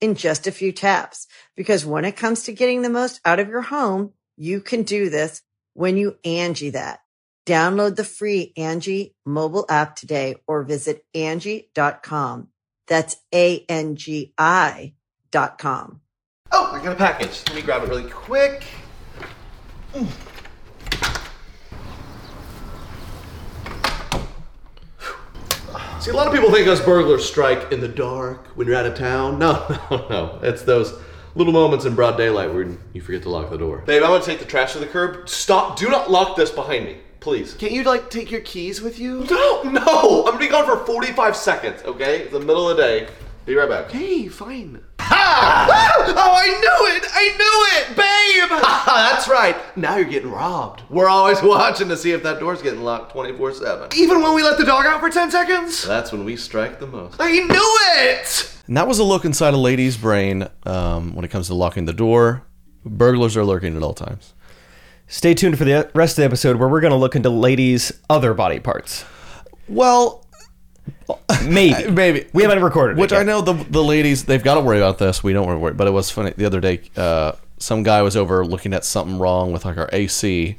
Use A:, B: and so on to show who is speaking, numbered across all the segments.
A: in just a few taps. Because when it comes to getting the most out of your home, you can do this when you Angie that. Download the free Angie mobile app today or visit Angie.com. That's A-N-G-I dot com.
B: Oh, I got a package. Let me grab it really quick. Mm. See, a lot of people think us burglars strike in the dark when you're out of town. No, no, no. It's those little moments in broad daylight where you forget to lock the door. Babe, I'm gonna take the trash to the curb. Stop. Do not lock this behind me, please.
C: Can't you like take your keys with you?
B: No, no. I'm gonna be gone for 45 seconds, okay? It's the middle of the day. Be right back.
C: Hey, fine.
B: Ha!
C: Oh, I knew it! I knew it, babe.
B: That's right. Now you're getting robbed. We're always watching to see if that door's getting locked 24 7.
C: Even when we let the dog out for ten seconds.
B: That's when we strike the most.
C: I knew it.
B: And that was a look inside a lady's brain um, when it comes to locking the door. Burglars are lurking at all times.
D: Stay tuned for the rest of the episode where we're going to look into ladies' other body parts.
B: Well,
D: Maybe.
B: maybe
D: We haven't recorded it
B: Which
D: yet.
B: I know the the ladies they've got to worry about this. We don't worry, but it was funny the other day. Uh, some guy was over looking at something wrong with like our AC,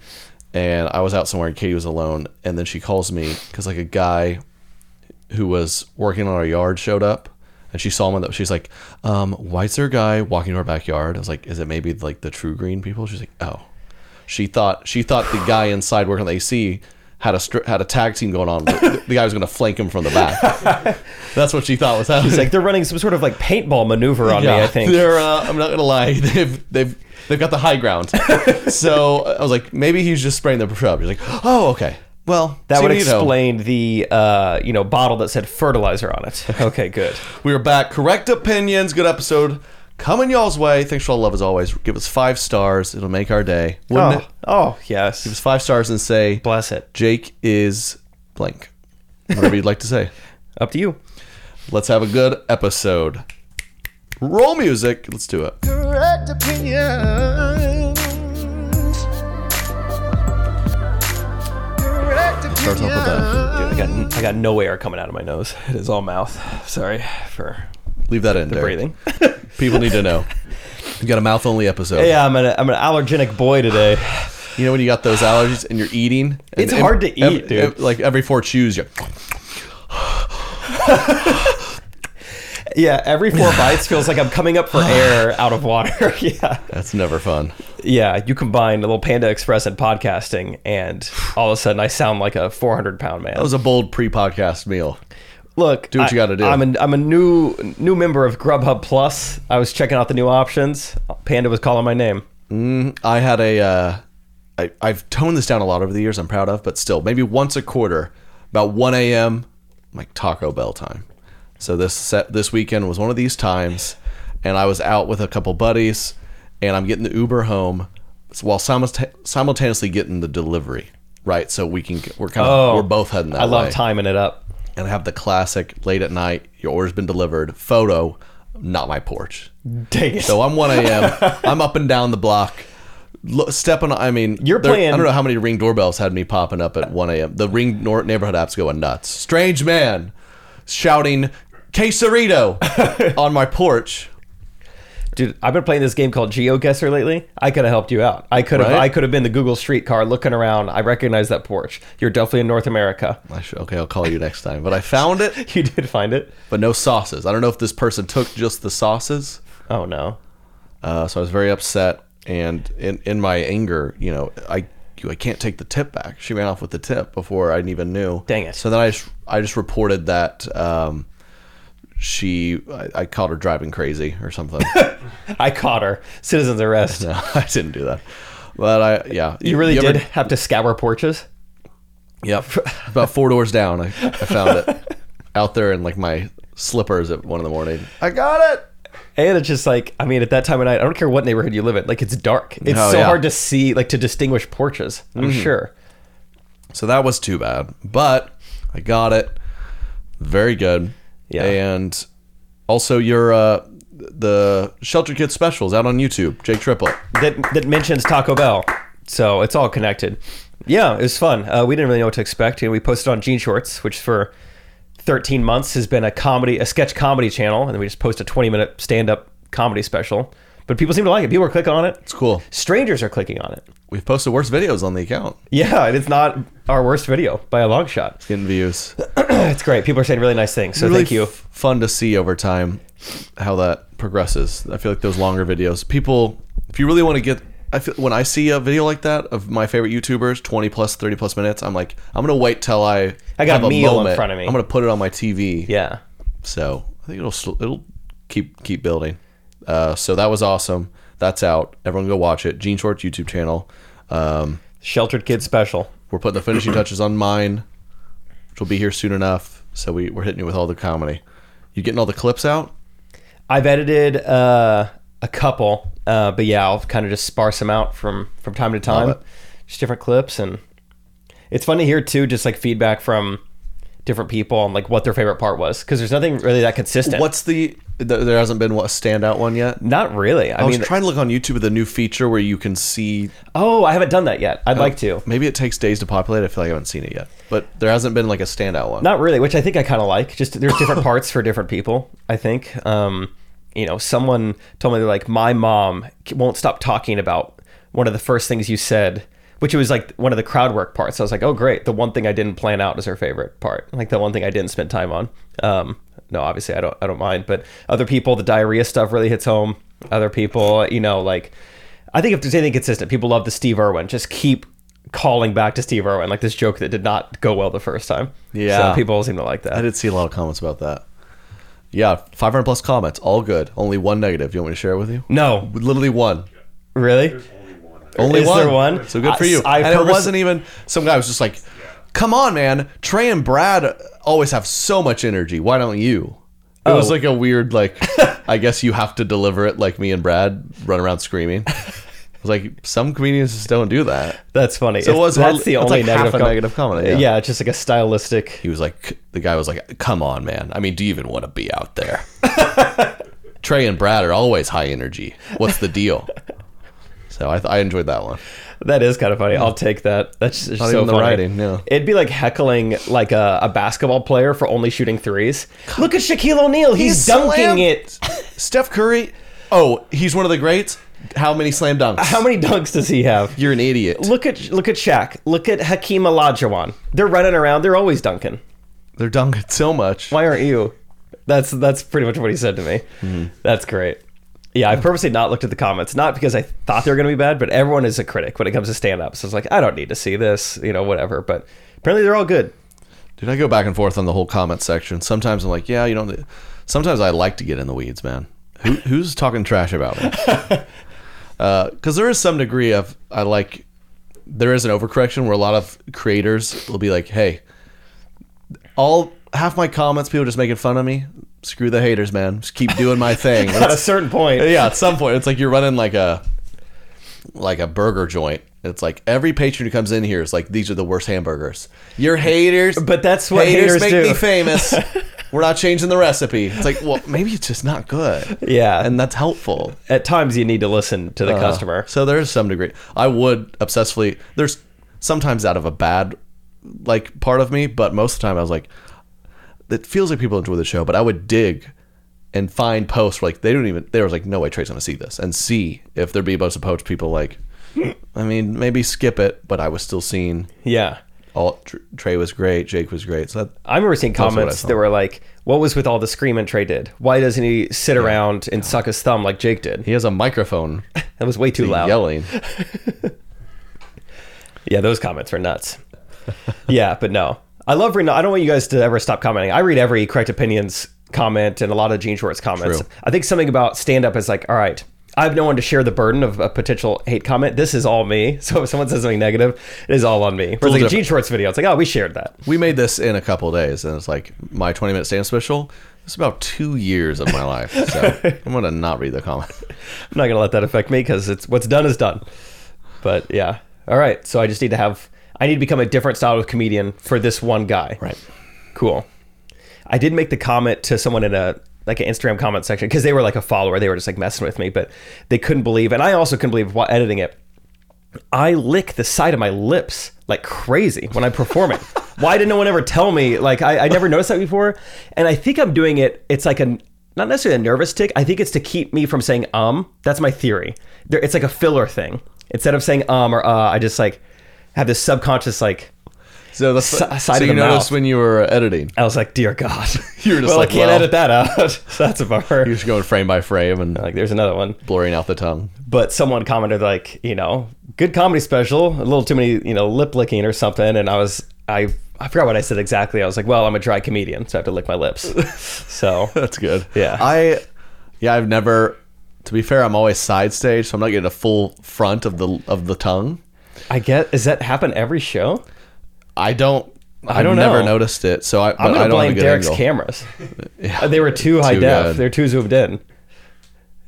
B: and I was out somewhere and Katie was alone, and then she calls me because like a guy who was working on our yard showed up. And she saw him. in the- She's like, um, "Why is there a guy walking to our backyard?" I was like, "Is it maybe like the True Green people?" She's like, "Oh." She thought she thought the guy inside working on the AC had a stri- had a tag team going on. The, the guy was going to flank him from the back. That's what she thought was happening.
D: It's like they're running some sort of like paintball maneuver on me, I think.
B: They're, uh, I'm not gonna lie, they've they've they've got the high ground. so I was like, maybe he's just spraying the shrub. He's like, oh, okay. Well,
D: That
B: see
D: would
B: what you know.
D: explain the uh, you know bottle that said fertilizer on it. Okay, good.
B: We are back. Correct opinions. Good episode. Coming y'all's way. Thanks for all the love as always. Give us five stars. It'll make our day, wouldn't
D: oh,
B: it?
D: oh yes,
B: Just five stars and say
D: bless it.
B: Jake is blank. Whatever you'd like to say.
D: Up to you.
B: Let's have a good episode. Roll music. Let's do it.
C: Correct opinions. Correct
B: Starts off with that.
D: Dude, I got I got no air coming out of my nose. It is all mouth. Sorry for
B: Leave that in there.
D: breathing.
B: People need to know. You got a mouth only episode.
D: yeah, I'm an I'm an allergenic boy today.
B: You know when you got those allergies and you're eating? and-
D: It's
B: and
D: hard to
B: ev-
D: eat, dude.
B: ev- like every four chews, you
D: Yeah, every four bites feels like I'm coming up for air out of water. yeah.
B: that's never fun.
D: Yeah, you combine a little Panda Express and podcasting, and all of a sudden I sound like a 400 pound man.
B: That was a bold pre-podcast meal.
D: Look,
B: Do what you
D: I-
B: gotta do.
D: I'm a, I'm a new new member of Grubhub Plus. I was checking out the new options. Panda was calling my name.
B: I had a, uh, I, I've toned this down a lot over the years. I'm proud of, but still, maybe once a quarter, about 1 a.m., like Taco Bell time. So this set, this weekend was one of these times, and I was out with a couple buddies, and I'm getting the Uber home while simulta- simultaneously getting the delivery. Right, so we can we're kind of
D: Oh,
B: we're both heading that
D: I
B: way.
D: love timing it up.
B: and I have the classic late at night, your order's been delivered, photo, not my porch.
D: Dang it.
B: So I'm 1 a.m., I'm up and down the block. lo- Stepping, I mean,
D: You're
B: there-
D: playing-
B: I don't know how many ring doorbells had me popping up at 1 a.m. The ring nor- neighborhood app's going nuts. Strange man shouting quesarito on my porch.
D: Dude, I've been playing this game called GeoGuessr lately. I could have helped you out. I could have
B: Right?
D: I could have been the Google streetcar looking around. I recognize that porch. You're definitely in North America.
B: I should, okay, I'll call you next time. But I found it,
D: You did find it.
B: but no sauces. I don't know if this person took just the sauces.
D: Oh no.
B: Uh, so I was very upset. and in in my anger, you know, I I can't take the tip back. She ran off with the tip before I even knew.
D: Dang it.
B: So then I just I just reported that um, she I, I caught her driving crazy or something.
D: I caught her. Citizen's arrest.
B: no, I didn't do that. But I yeah,
D: You really
B: ever-
D: did have to scour porches?
B: Yep. About four doors down, I, I found it out there in like my slippers at one in the morning. I got it.
D: And it's just like, I mean, at that time of night, I don't care what neighborhood you live in, like it's dark. It's
B: Oh,
D: so
B: yeah. Mm-hmm.
D: hard to see, like to distinguish porches, I'm sure.
B: So that was too bad, but I got it. Very good.
D: Yeah.
B: And also your uh, the Shelter Kids specials out on YouTube. Jake Triple.
D: That, that mentions Taco Bell. So it's all connected. Yeah, it was fun. Uh, we didn't really know what to expect. And we posted on Gene Shorts, which for 13 months has been a comedy, a sketch comedy channel. And then we just post a 20 minute stand up comedy special. But people seem to like it. People are clicking on it.
B: It's cool.
D: Strangers are clicking on it.
B: We've posted worse videos on the account.
D: Yeah, and it's not our worst video by a long shot.
B: Getting views.
D: It's great. People are saying really nice things. So
B: Really
D: thank you.
B: f- fun to see over time how that progresses. I feel like those longer videos, people, if you really want to get, I feel when I see a video like that of my favorite YouTubers, twenty plus, thirty plus minutes, I'm like, I'm gonna wait till I
D: I got
B: have
D: a meal in front of me.
B: I'm gonna put it on my TV.
D: Yeah.
B: So I think it'll sl- it'll keep keep building. Uh, so that was awesome. That's out. Everyone go watch it. Gene Shorts YouTube channel. Um,
D: Sheltered Kid Special.
B: we're putting the finishing touches on mine, which will be here soon enough. So we, we're hitting you with all the comedy. You getting all the clips out?
D: I've edited uh, a couple, uh, but yeah, I'll kind of just sparse them out from from time to time, just different clips, and it's fun to hear too, just like feedback from different people on like what their favorite part was, because there's nothing really that consistent.
B: What's the? th- There hasn't been what, a standout one yet.
D: Not really. I,
B: I was
D: mean,
B: trying to look on YouTube at the new feature where you can see.
D: oh, I haven't done that yet. I'd like to.
B: Maybe it takes days to populate. I feel like I haven't seen it yet, but there hasn't been like a standout one.
D: Not really, which I think I kind of like. Just there's different parts for different people. I think, um, you know, someone told me they're like, my mom won't stop talking about one of the first things you said, which was like one of the crowd work parts. I was like, oh great, the one thing I didn't plan out is her favorite part, like the one thing I didn't spend time on. Um, no, obviously I don't, I don't mind, but other people, the diarrhea stuff really hits home. Other people, you know, like I think if there's anything consistent, people love the Steve Irwin. Just keep calling back to Steve Irwin, like this joke that did not go well the first time.
B: Yeah.
D: so people seem to like
B: I
D: that.
B: did see a lot of comments about that. Yeah, 500 plus comments, all good. Only one negative. You want me to share it with you?
D: No,
B: Literally one.
D: really?
B: Only
D: Is
B: one.
D: there one?
B: So good for
D: I-
B: you.
D: I
B: and
D: purpose-
B: it wasn't even some guy was just like, "Come on, man! Trey and Brad always have so much energy. Why don't you?" It was
D: Oh.
B: like a weird, like, I guess you have to deliver it like me and Brad run around screaming. I was like, some comedians just don't do that.
D: That's funny.
B: So it
D: If
B: was
D: that's
B: hardly-
D: the
B: that's
D: only
B: like half
D: negative,
B: a negative comment, yeah.
D: it's just like a stylistic.
B: He was like, the guy was like, "Come on, man! I mean, do you even want to be out there?" Trey and Brad are always high energy. What's the deal? So I, th- I enjoyed that one.
D: That is kind of funny. I'll take that. That's just so
B: even the
D: funny.
B: writing, no.
D: It'd be like heckling like a, a basketball player for only shooting threes. Look at Shaquille O'Neal. He's,
B: He
D: dunking
B: slammed-
D: it.
B: Steph Curry. Oh, he's one of the greats. How many slam dunks?
D: How many dunks does he have?
B: You're an idiot.
D: Look at look at Shaq. Look at Hakeem Olajuwon. They're running around. They're always dunking.
B: They're dunking so much.
D: why aren't you? That's that's pretty much what he said to me.
B: Mm-hmm.
D: That's great. Yeah, I purposely not looked at the comments, not because I thought they were going to be bad, but everyone is a critic when it comes to stand up. So it's like I don't need to see this, you know, whatever. But apparently they're all good.
B: Dude, I go back and forth on the whole comment section. Sometimes I'm like, yeah, you don't. Sometimes I like to get in the weeds, man. Who, who's talking trash about me? Because there is some degree of I like. There is an overcorrection where a lot of creators will be like, hey, all half my comments, people are just making fun of me. Screw the haters, man. Just keep doing my thing.
D: At a certain point,
B: yeah, at some point, it's like you're running like a like a burger joint. It's like every patron who comes in here is like, these are the worst hamburgers. You're haters,
D: But that's what haters
B: make
D: do.
B: me famous. We're not changing the recipe. It's like, well, maybe it's just not good.
D: Yeah.
B: and Uh-huh. that's helpful.
D: at times you need to listen to the customer.
B: So there's some degree. I would obsessively. There's sometimes out of a bad like part of me, but most of the time I was like, it feels like people enjoy the show, but I would dig and find posts where, like they don't even. There was like no way Trey's gonna see this and see if there'd be a bunch of posts people like. I mean, maybe skip it, but I was still seeing
D: Yeah,
B: all Tr- Trey was great, Jake was great. So that,
D: I remember seeing
B: also what I
D: comments
B: saw.
D: that were like, "What was with all the screaming Trey did? Why doesn't he sit around and suck his thumb like Jake did?
B: he has a microphone
D: That was way too loud."
B: yelling.
D: Yeah, those comments were nuts. yeah, but no, I love reading. I don't want you guys to ever stop commenting. I read every correct opinions comment and a lot of Gene Schwartz comments.
B: True.
D: I think something about stand up is like, all right, I have no one to share the burden of a potential hate comment. This is all me. So if someone says something negative, it is all on me. Whereas like a
B: different.
D: Gene Schwartz video, it's like, oh, we shared that.
B: We made this in a couple of days, and it's like my 20 minute stand special. It's about two years of my life, so I'm gonna not read the comment.
D: I'm not gonna let that affect me because it's what's done is done. But yeah, all right. So I just need to have. I need to become a different style of comedian for this one guy.
B: Right.
D: Cool. I did make the comment to someone in a like an Instagram comment section because they were like a follower. They were just like messing with me, but they couldn't believe, and I also couldn't believe while editing it. I lick the side of my lips like crazy when I'm performing. Why did no one ever tell me? Like I, I never noticed that before, and I think I'm doing it. It's like a not necessarily a nervous tick. I think it's to keep me from saying um. That's my theory. There, it's like a filler thing. Instead of saying um or uh, I just like have this subconscious like
B: So that's
D: S- side of
B: so you
D: the
B: noticed
D: mouth.
B: when you were editing,
D: I was like, dear God.
B: You were just
D: well,
B: like,
D: I can't
B: well.
D: edit that out. so that's a bummer.
B: you're just going frame by frame and
D: Like, there's another one.
B: blurring out the tongue.
D: But someone commented, like, you know, good comedy special, a little too many, you know, lip licking or something. And I was, I, I forgot what I said exactly. I was like, well, I'm a dry comedian, so I have to lick my lips. so
B: That's good.
D: Yeah.
B: I yeah, I've never to be fair, I'm always side stage, so I'm not getting a full front of the of the tongue.
D: I get, does that happen every show?
B: I don't I
D: don't
B: never
D: know.
B: noticed it. So I
D: I'm
B: but
D: going
B: I
D: to
B: don't have
D: blame
B: a good
D: Derek's
B: angle.
D: cameras. Uh, they were too high
B: Too
D: def.
B: good.
D: They're too zoomed in.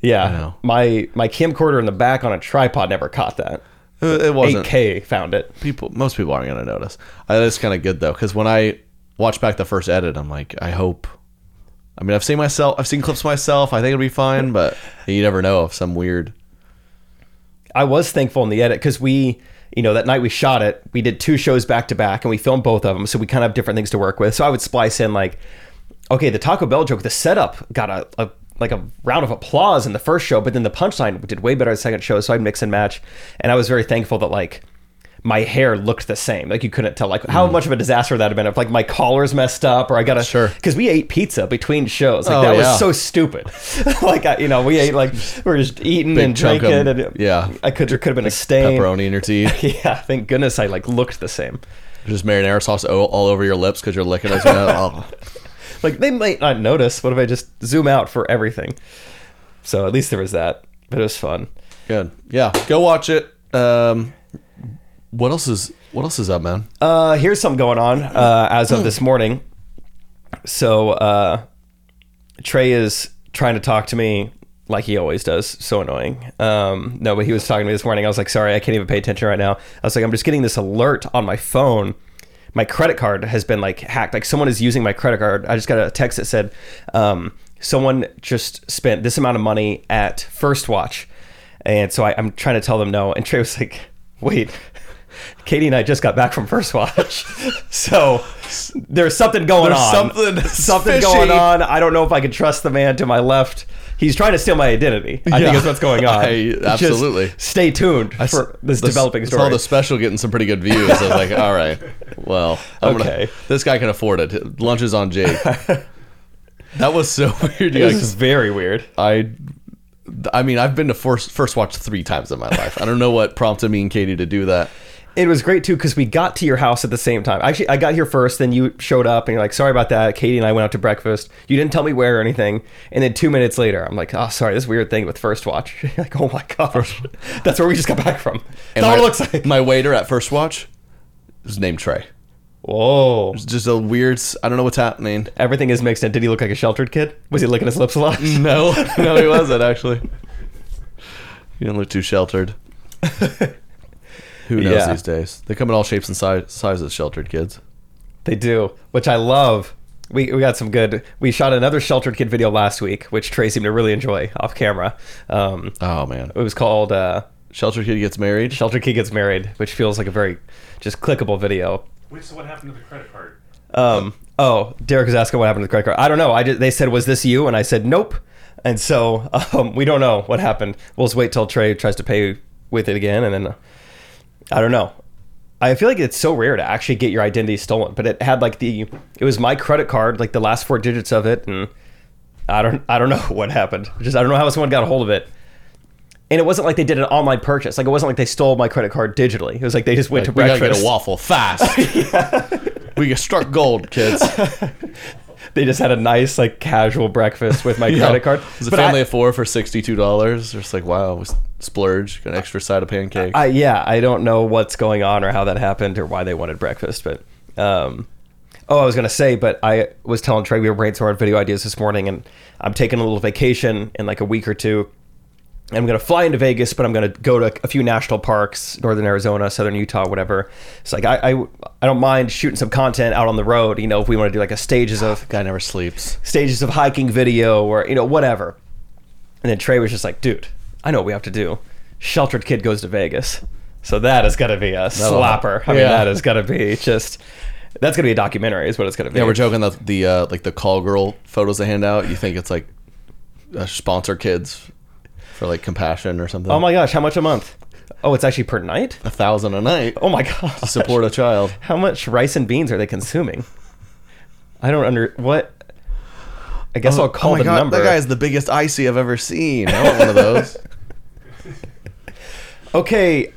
D: Yeah.
B: know.
D: My, my camcorder in the back on a tripod never caught that.
B: It it wasn't
D: 8K found it.
B: people most people aren't going to notice. That is kind of good though cuz when I watch back the first edit, I'm like, I hope I mean, I've seen myself, I've seen clips myself. I think it'll be fine, but you never know if some weird
D: I was thankful in the edit because we, you know, that night we shot it, we did two shows back to back and we filmed both of them. So we kind of have different things to work with. So I would splice in like, okay, the Taco Bell joke, the setup got a, a like a round of applause in the first show, but then the punchline did way better in the second show. So I'd mix and match. And I was very thankful that like my hair looked the same. Like you couldn't tell like how much of a disaster that'd been if like my collar's messed up or I got a
B: Mm. Sure.
D: because we ate pizza between shows. Like
B: Oh,
D: that
B: yeah.
D: was so stupid. like I, you know, we ate like we were just eating and
B: chunk
D: drinking
B: of-
D: and it-
B: yeah.
D: I could there could have been a stain.
B: pepperoni in your teeth.
D: Yeah, thank goodness I like looked the same.
B: Just marinara sauce all all over your lips because you're licking it. Oh.
D: Like they might not notice. What if I just zoom out for everything? So at least there was that. But it was fun.
B: Good. Yeah. Go watch it. Um, what else is what else is up, man?
D: Uh, here's something going on uh, as of this morning. So uh, Trey is trying to talk to me like he always does. So annoying. Um, no, but he was talking to me this morning. I was like, sorry, I can't even pay attention right now. I was like, I'm just getting this alert on my phone. My credit card has been like hacked. Like someone is using my credit card. I just got a text that said, um, someone just spent this amount of money at First Watch. And so I, I'm trying to tell them no. And Trey was like, wait, Katie and I just got back from First Watch. so there's something going
B: There's
D: on.
B: something
D: something
B: fishy.
D: going on. I don't know if I can trust the man to my left. He's trying to steal my identity. I
B: Yeah.
D: think is what's going on.
B: I-
D: Just
B: absolutely.
D: stay tuned for this developing
B: I saw
D: story.
B: the special getting some pretty good views. I was like, all right, well, I'm
D: Okay.
B: Gonna, this guy can afford it. Lunch is on Jake. that was so weird. Yeah,
D: This is
B: 'cause
D: very weird.
B: I, I mean, I've been to first first watch three times in my life. I don't know what prompted me and Katie to do that.
D: It was great too because we got to your house at the same time. Actually, I got here first, then you showed up, and you're like, "Sorry about that." Katie and I went out to breakfast. You didn't tell me where or anything, and then two minutes later, I'm like, "Oh, sorry, this weird thing with First Watch." You're like, "Oh my gosh, that's where we just got back from." That's
B: my,
D: what it looks like.
B: my waiter at first watch was named Trey.
D: Whoa,
B: Just a weird. s- I don't know what's happening.
D: everything is mixed in. Did he look like a sheltered kid? Was he licking his lips a lot?
B: No, no, he wasn't actually. He didn't look too sheltered. Who knows
D: Yeah.
B: these days? They come in all shapes and si- sizes. Sheltered kids.
D: They do, which I love. We, we got some good. We shot another sheltered kid video last week, which Trey seemed to really enjoy off camera. Um,
B: Oh man,
D: it was called uh,
B: sheltered kid gets married.
D: "Sheltered Kid Gets Married," which feels like a very just clickable video.
E: Wait, so what happened to the credit card?
D: Um, oh, Derek was asking what happened to the credit card. I don't know. I just, they said, "Was this you?" And I said, "Nope." And so um, we don't know what happened. We'll just wait till Trey tries to pay with it again, and then uh, I don't know. I feel like it's so rare to actually get your identity stolen, but it had like the it was my credit card, like the last four digits of it, and I don't I don't know what happened. Just I don't know how someone got a hold of it. And it wasn't like they did an online purchase. Like it wasn't like they stole my credit card digitally. It was like they just went to
B: we gotta
D: breakfast.
B: get a waffle fast. We can struck gold, kids.
D: They just had a nice like casual breakfast with my
B: Yeah.
D: credit card.
B: It was a
D: But I-
B: family of four for sixty-two dollars. Just like wow, we splurge, got an extra side of pancake.
D: I yeah, I don't know what's going on or how that happened or why they wanted breakfast, but um Oh, I was gonna say, but I was telling Trey we were brainstorming video ideas this morning and I'm taking a little vacation in like a week or two. I'm gonna fly into Vegas, but I'm gonna go to a few national parks, northern Arizona, southern Utah, whatever. It's like I, I I don't mind shooting some content out on the road, you know, if we want to do like a stages of
B: Guy never sleeps.
D: stages of hiking video or you know whatever and then trey was just like dude i know what we have to do sheltered kid goes to vegas so that is going to be a slapper i mean
B: yeah.
D: that is going to be just that's going to be a documentary is what it's going to be
B: Yeah, we're joking that the uh, like the call girl photos they hand out. You think it's like uh, sponsor kids for like compassion or something?
D: oh my gosh how much a month oh it's actually per night
B: a thousand a night
D: oh my god
B: to support a child.
D: how much rice and beans are they consuming i don't under what i guess i'll call
B: Oh, my
D: the
B: God,
D: number
B: That guy is the biggest icy I've ever seen. I want one of those.
D: okay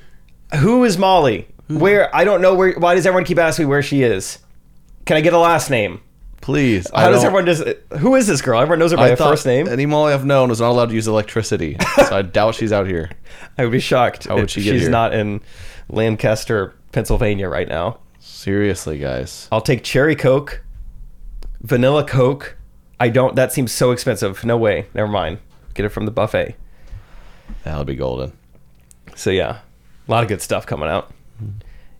D: who is molly
B: Hmm.
D: where i don't know where why does everyone keep asking me where she is can i get a last name
B: Please.
D: How does everyone just? Who is this girl? Everyone knows her by
B: I
D: her
B: thought
D: first name.
B: Any Molly I've known was not allowed to use electricity, so I doubt she's out here.
D: I would be shocked
B: would
D: if
B: she get
D: she's
B: here?
D: not in Lancaster, Pennsylvania right now.
B: Seriously, guys.
D: I'll take cherry coke, vanilla coke. I don't. That seems so expensive. No way. Never mind. Get it from the buffet.
B: That'll be golden.
D: So yeah, a lot of good stuff coming out.
B: Hmm.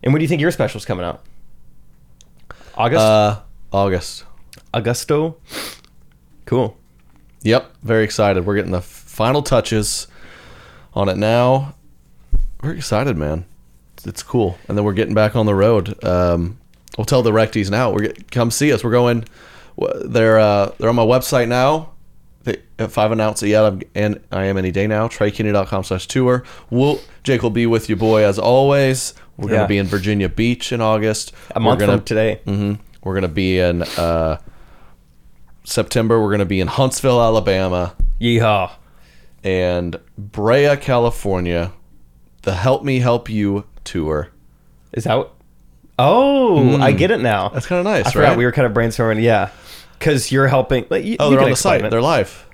D: And when do you think your special's coming out? August.
B: Uh, August.
D: Augusto. Cool.
B: Yep, very excited. We're getting the final touches on it now. Very excited, man. It's cool. And then we're getting back on the road. Um, we'll tell the recties now. We're get, come see us. We're going. wh- They're uh, they're on my website now. They, if I've announced it yet, I'm, and I am any day now. TreyKinney.com slash tour. We'll Jake will be with you, boy, as always. We're
D: Yeah.
B: gonna be in Virginia Beach in August.
D: A month
B: we're gonna,
D: from today.
B: hmm We're gonna be in uh, September. We're gonna be in Huntsville, Alabama,
D: Yeehaw.
B: and Brea, California. The Help Me Help You tour.
D: Is that? What? Oh, I get it now.
B: Mm. That's kind of nice,
D: I
B: right?
D: forgot we were kind of brainstorming. Yeah, because you're helping. Like, you,
B: oh,
D: you
B: they're
D: can
B: on the
D: explain
B: site.
D: it.
B: They're live.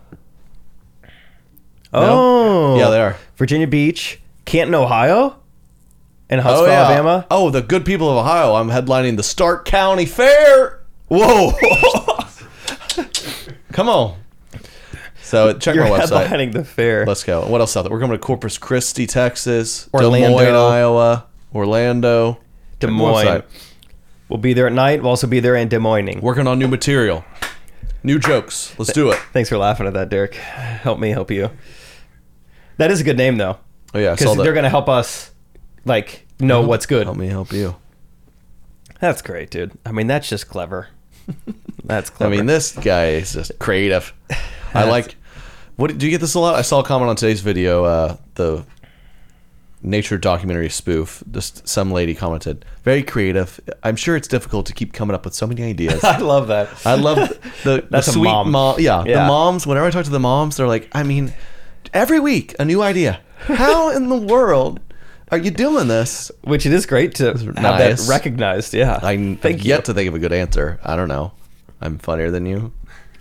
D: oh,
B: Yeah, they are.
D: Virginia Beach, Canton, Ohio, and
B: Oh,
D: Huntsville,
B: yeah.
D: Alabama.
B: Oh, the good people of Ohio. I'm headlining the Stark County Fair. Whoa. Come on. So check
D: You're
B: my website.
D: headlining the fair.
B: Let's go. What else out there? We're going to Corpus Christi, Texas,
D: Orlando.
B: Des Moines, Iowa, Orlando,
D: Des
B: Check my
D: Moines.
B: website.
D: We'll be there at night. We'll also be there in Des Moines.
B: Working on new material, new jokes. Let's do it.
D: Thanks for laughing at that, Derek. Help me help you. That is a good name though,
B: Oh yeah, I saw
D: because
B: that.
D: they're gonna help us, like know what's good.
B: help me help you.
D: That's great, dude. I mean, that's just clever. That's
B: I
D: clever.
B: mean, this guy is just creative. I like. What do you get this a lot? I saw a comment on today's video. Uh, the nature documentary spoof. Just some lady commented, "Very creative." I'm sure it's difficult to keep coming up with so many ideas.
D: I love that.
B: I love the, the
D: That's a
B: sweet
D: mom.
B: mom. Yeah,
D: Yeah.
B: the moms. Whenever I talk to the moms, they're like, "I mean, every week a new idea. How in the world are you doing this?"
D: Which it is great to have
B: nice.
D: that recognized. Yeah,
B: I n-
D: Thank
B: I've
D: you.
B: yet to think of a good answer. I don't know. I'm funnier than you.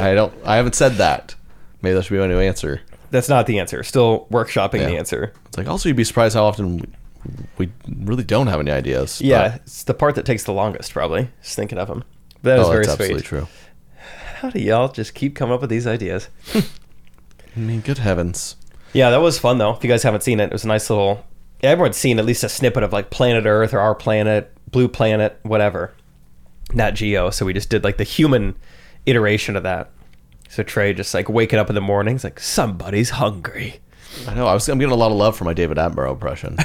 B: I don't. I haven't said that. Maybe that should be my new answer.
D: That's not the answer. Still workshopping the
B: Yeah.
D: answer.
B: It's like also you'd be surprised how often we, we really don't have any ideas. but-
D: Yeah, it's the part that takes the longest, probably. Just thinking of them. That is
B: oh,
D: very
B: that's absolutely
D: sweet.
B: true.
D: How do y'all just keep coming up with these ideas?
B: I mean, good heavens.
D: yeah, that was fun though. If you guys haven't seen it, it was a nice little. Everyone's seen at least a snippet of like Planet Earth or Our Planet, Blue Planet, whatever. Nat Geo. So we just did like the human iteration of that. So Trey just like waking up in the mornings like somebody's hungry.
B: I know. I was. I'm getting a lot of love for my David Attenborough impression.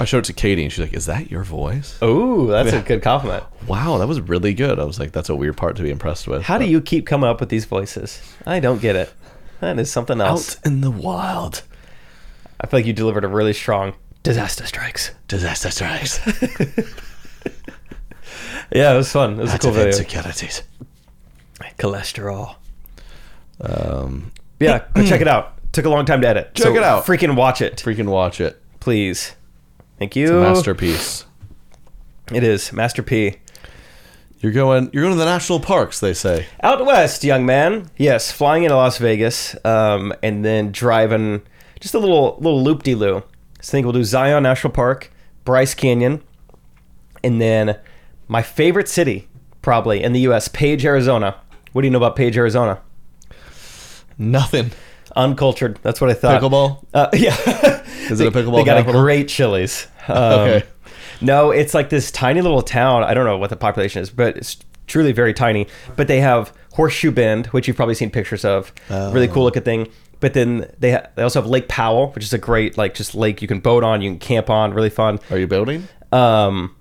B: I showed it to Katie, and she's like, "Is that your voice?
D: Oh, that's a good compliment.
B: Wow, that was really good." I was like, "That's a weird part to be impressed with."
D: How do
B: but-
D: you keep coming up with these voices? I don't get it. That is something else.
B: out in the wild?
D: I feel like you delivered a really strong Disaster strikes.
B: Disaster strikes.
D: Yeah, it was fun. It was a cool video.
B: Activate securities.
D: Cholesterol. Um, yeah, go check it out. Took a long time to edit.
B: Check it out.
D: Freaking watch it,
B: Freaking watch it.
D: please. Thank you.
B: Masterpiece.
D: It is Master P.
B: You're going. You're going to the national parks. They say.
D: Out west, young man. Yes, flying into Las Vegas, um, and then driving just a little little loop de loo. So I think we'll do Zion National Park, Bryce Canyon, and then my favorite city, probably in the U.S., Page, Arizona. What do you know about Page, Arizona?
B: Nothing.
D: Uncultured. That's what I thought.
B: Pickleball?
D: Uh, yeah.
B: Is it a
D: They-
B: pickleball
D: They got
B: capital?
D: a great Chili's. Um,
B: Okay.
D: No, it's like this tiny little town. I don't know what the population is, but it's truly very tiny. But they have Horseshoe Bend, which you've probably seen pictures of. Really
B: Oh.
D: cool looking thing. But then they ha- they also have Lake Powell, which is a great like just lake you can boat on, you can camp on, really fun.
B: Are you building?
D: Um,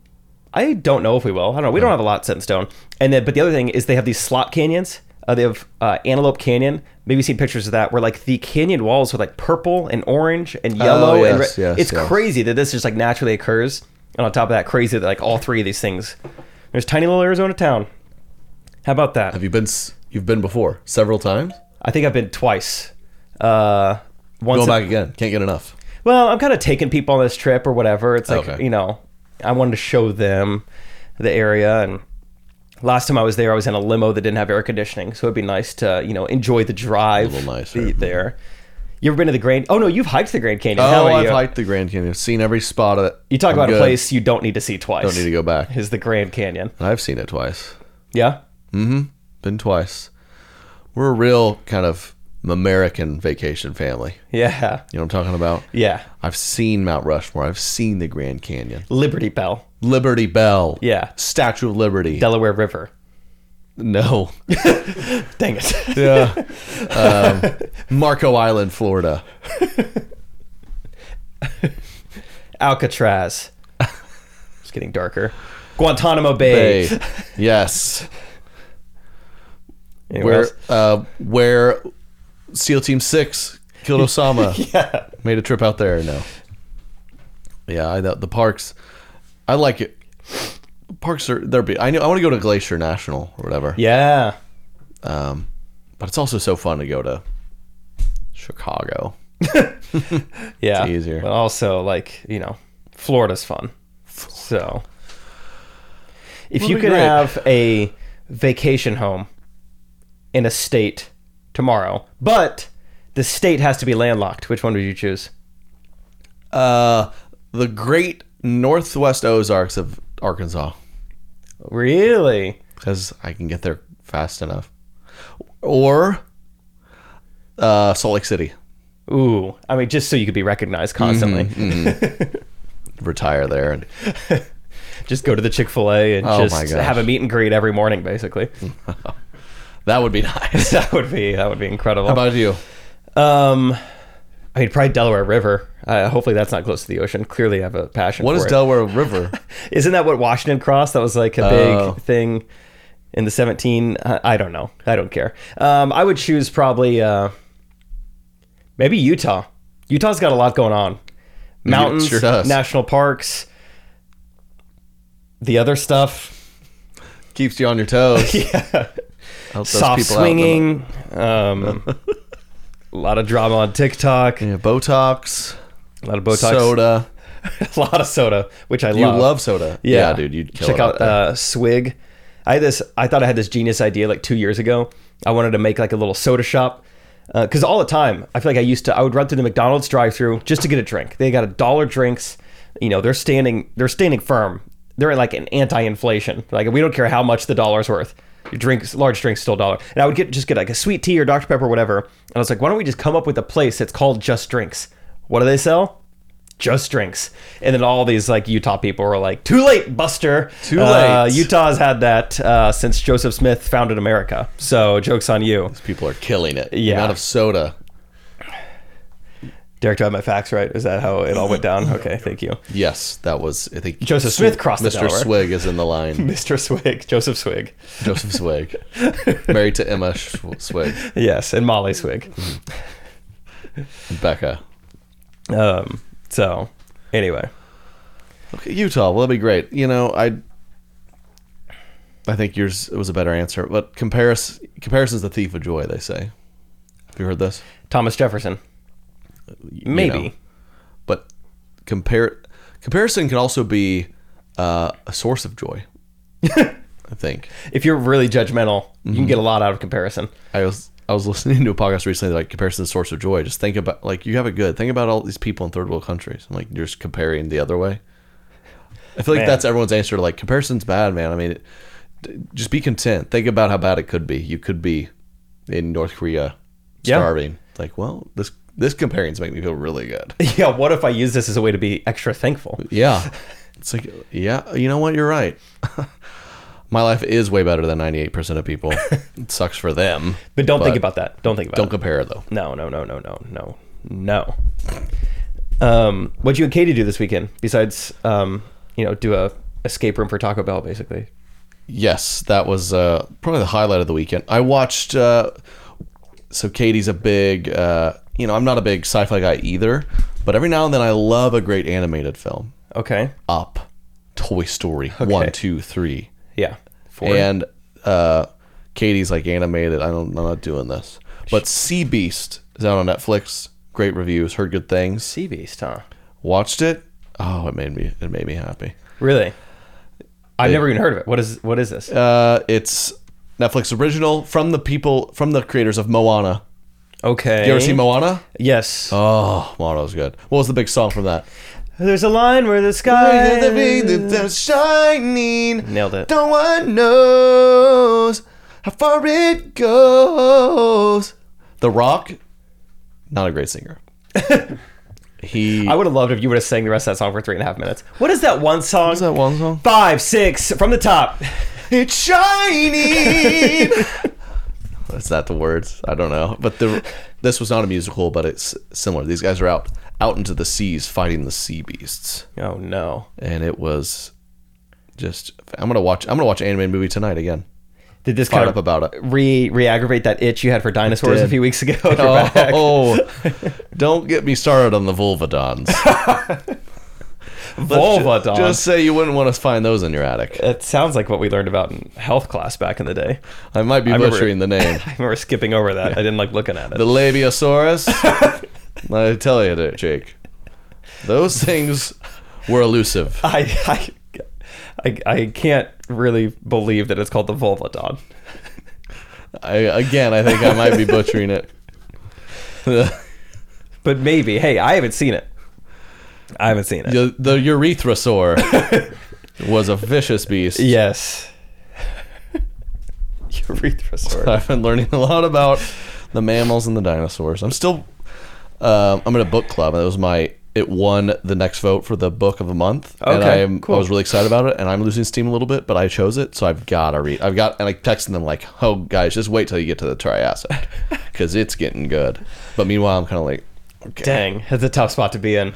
D: I don't know if we will. I don't know. We don't have a lot set in stone. And then, but the other thing is they have these slot canyons. Uh, they have uh, Antelope Canyon. Maybe you've seen pictures of that, where like the canyon walls are like purple and orange and yellow. and
B: Oh, yes, yes,
D: it's
B: yes.
D: crazy that this just like naturally occurs. And on top of that, crazy that like all three of these things. There's tiny little Arizona town. How about that?
B: Have you been? s- You've been before several times.
D: I think I've been twice. Uh, once
B: Go
D: in-
B: back again. Can't get enough.
D: well, I'm kind of taking people on this trip or whatever. It's like,
B: Okay.
D: you know, I wanted to show them the area. And last time I was there, I was in a limo that didn't have air conditioning. So it'd be nice to, you know, enjoy the drive
B: little nicer.
D: the- there. You ever been to the Grand? Oh, no, you've hiked the Grand Canyon. How
B: Oh,
D: are
B: I've
D: you?
B: hiked the Grand Canyon. I've seen every spot of it.
D: You talk
B: I'm
D: about
B: good.
D: a place you don't need to see twice.
B: Don't need to go back.
D: Is the Grand Canyon.
B: And I've seen it twice.
D: Yeah.
B: Been twice. We're a real kind of American vacation family.
D: Yeah.
B: You know what I'm talking about?
D: Yeah.
B: I've seen Mount Rushmore. I've seen the Grand Canyon.
D: Liberty Bell.
B: Liberty Bell.
D: Yeah.
B: Statue of Liberty.
D: Delaware River.
B: no.
D: Dang it.
B: Yeah. um, Marco Island, Florida.
D: Alcatraz. it's getting darker. Guantanamo Bay.
B: Hey. yes.
D: Anywhere
B: Where
D: else?
B: uh, where SEAL Team Six killed Osama. yeah. Made a trip out there. No. Yeah, I, the, the parks. I like it. Parks are they're. be- I know. I want to go to Glacier National or whatever.
D: Yeah.
B: But it's also so fun to go to Chicago.
D: Yeah.
B: It's easier.
D: But also, like, you know, Florida's fun. So, if you
B: be
D: could
B: great.
D: have a vacation home in a state tomorrow, but the state has to be landlocked, which one would you choose?
B: Uh, the Great Northwest Ozarks of Arkansas,
D: Really?
B: because I can get there fast enough, or uh, Salt Lake City.
D: Ooh. I mean, just so you could be recognized constantly.
B: Mm-hmm, Retire there and
D: Just go to the Chick fil A and
B: mm-hmm. Oh my
D: just
B: gosh.
D: have a meet and greet every morning, basically.
B: that would be nice.
D: that would be that would be incredible.
B: How about you?
D: Um, I mean, probably Delaware River. Uh, hopefully, that's not close to the ocean. Clearly, I have a passion.
B: What
D: for
B: is
D: it.
B: Delaware River?
D: Isn't that what Washington crossed? That was like a big
B: Oh.
D: thing in the 17. I I don't know. I don't care. Um, I would choose probably uh, maybe Utah. Utah's got a lot going on. Mountains,
B: sure does.
D: national parks, the other stuff,
B: Keeps you on your toes.
D: yeah,
B: Helps those
D: soft
B: people out in the-
D: swinging, um, a lot of drama on TikTok,
B: Yeah, Botox,
D: a lot of Botox,
B: soda.
D: a lot of soda, which I
B: You
D: love.
B: love soda.
D: Yeah,
B: dude. You'd kill
D: check
B: it out.
D: out uh, Swig. I had this. I thought I had this genius idea like two years ago. I wanted to make like a little soda shop because all the time I feel like I used to. I would run through the McDonald's drive-through just to get a drink. They got a dollar drinks. You know they're standing. They're standing firm. They're in like an anti-inflation. Like we don't care how much the dollar's worth. Your drinks, large drinks, still a dollar. And I would get just get like a sweet tea or Dr Pepper, or whatever. And I was like, why don't we just come up with a place that's called Just Drinks? What do they sell? just drinks. And then all these like Utah people were like, too late, Buster. Too Uh,
B: late.
D: Utah's had that uh, since Joseph Smith founded America. So jokes on you.
B: people are killing it.
D: Yeah.
B: Out of soda.
D: Derek, do I have my facts right? Is that how it all went down? Okay, thank you.
B: Yes, that was. I think
D: Joseph Smith crossed the
B: Mr.
D: Delaware.
B: Swig is in the line.
D: Mr. Swig, Joseph Swig.
B: Joseph Swig, married to Emma Sh- Swig,
D: Yes, and Molly
B: Mm-hmm.
D: Swig.
B: and Becca.
D: Um, so Anyway,
B: Okay, Utah. Well, that'd be great. You know, I I think yours was a better answer, but comparis comparison's the thief of joy. They say. Have you heard this?
D: Thomas Jefferson.
B: you
D: Maybe.
B: know. but compare comparison can also be uh, a source of joy. I think
D: If you're really judgmental, you
B: Mm-hmm.
D: can get a lot out of comparison.
B: I was I was listening to a podcast recently like comparison is a source of joy. Just think about like you have it good. Think about all these people in third world countries. I'm like you're just comparing the other way. I feel like
D: Man.
B: that's everyone's answer. Like comparison's bad, man. I mean, it, d- just be content. Think about how bad it could be. You could be in North Korea
D: Yeah.
B: starving. It's Like, well, this this comparing's make me feel really good.
D: Yeah, what if I use this as a way to be extra thankful?
B: Yeah. It's like, yeah, you know what? You're right. My life is way better than 98% of people. it sucks for them.
D: But don't think
B: But-
D: about that. Don't think about
B: Don't
D: it.
B: compare it, though.
D: No, no, no, no, no, no, no. Um, what'd you and Katie do this weekend besides, um, you know, do a escape room for Taco Bell, basically?
B: Yes, that was uh, probably the highlight of the weekend. I watched. Uh, so Katie's a big. Uh, you know, I'm not a big sci-fi guy either, but every now and then I love a great animated film.
D: Okay.
B: Up, Toy Story one, two, three,
D: Yeah. Four.
B: and uh, Katie's like animated. I don't. I'm not doing this. But Sea Beast is out on Netflix. Great reviews. Heard good things.
D: Sea Beast, huh?
B: Watched it. Oh, it made me. It made me happy.
D: Really? I've never even heard of it. What is what is this?
B: Uh, it's Netflix original from the people from the creators of Moana.
D: okay.
B: You ever
D: Eh?
B: seen Moana?
D: Yes.
B: Oh, Moana's good. What was the big song from that?
D: There's a line where the sky.
B: shining.
D: Eh. Nailed it.
B: No one knows how far it goes. The Rock, not a great singer. he.
D: I would have loved if you would have sang the rest of that song for three and a half minutes. What is that one song?
B: What's that one song?
D: Five, six, from the top.
B: It's shining. That's not the words. I don't know. But the this was not a musical, but it's similar. These guys are out out into the seas fighting the sea beasts,
D: Oh no.
B: and it was just. I'm gonna watch. I'm gonna watch an animated movie tonight again.
D: Did this
B: Fired
D: kind
B: up
D: of
B: about it.
D: re re-aggravate that itch you had for dinosaurs a
B: did.
D: few weeks ago?
B: Oh,
D: Oh.
B: don't get me started on the vulvodons.
D: Vulvodon.
B: Just say you wouldn't want to find those in your attic.
D: That sounds like what we learned about in health class back in the day.
B: I might be
D: remember-
B: butchering the name.
D: I remember skipping over that. I didn't like looking at it.
B: The labiosaurus. I tell you, that, Jake, those things were elusive.
D: I, I, I, I can't really believe that it's called the Vulvodon.
B: I, again, I think I might be butchering it. The,
D: But maybe, hey, I haven't seen it. I haven't seen it.
B: the, the urethrosaur was a vicious beast.
D: Yes. Urethrosaur.
B: I've been learning a lot about the mammals and the dinosaurs. I'm still. Um, I'm in a book club, and it was my. It won the next vote for the book of the month, and
D: Okay,
B: I'm,
D: cool.
B: I was really excited about it. And I'm losing steam a little bit, but I chose it, so I've got to read. I've got and I texting them like, "Oh guys, just wait till you get to the Triassic, because it's getting good." But meanwhile, I'm kind of like, okay.
D: Dang, that's a tough spot to be in.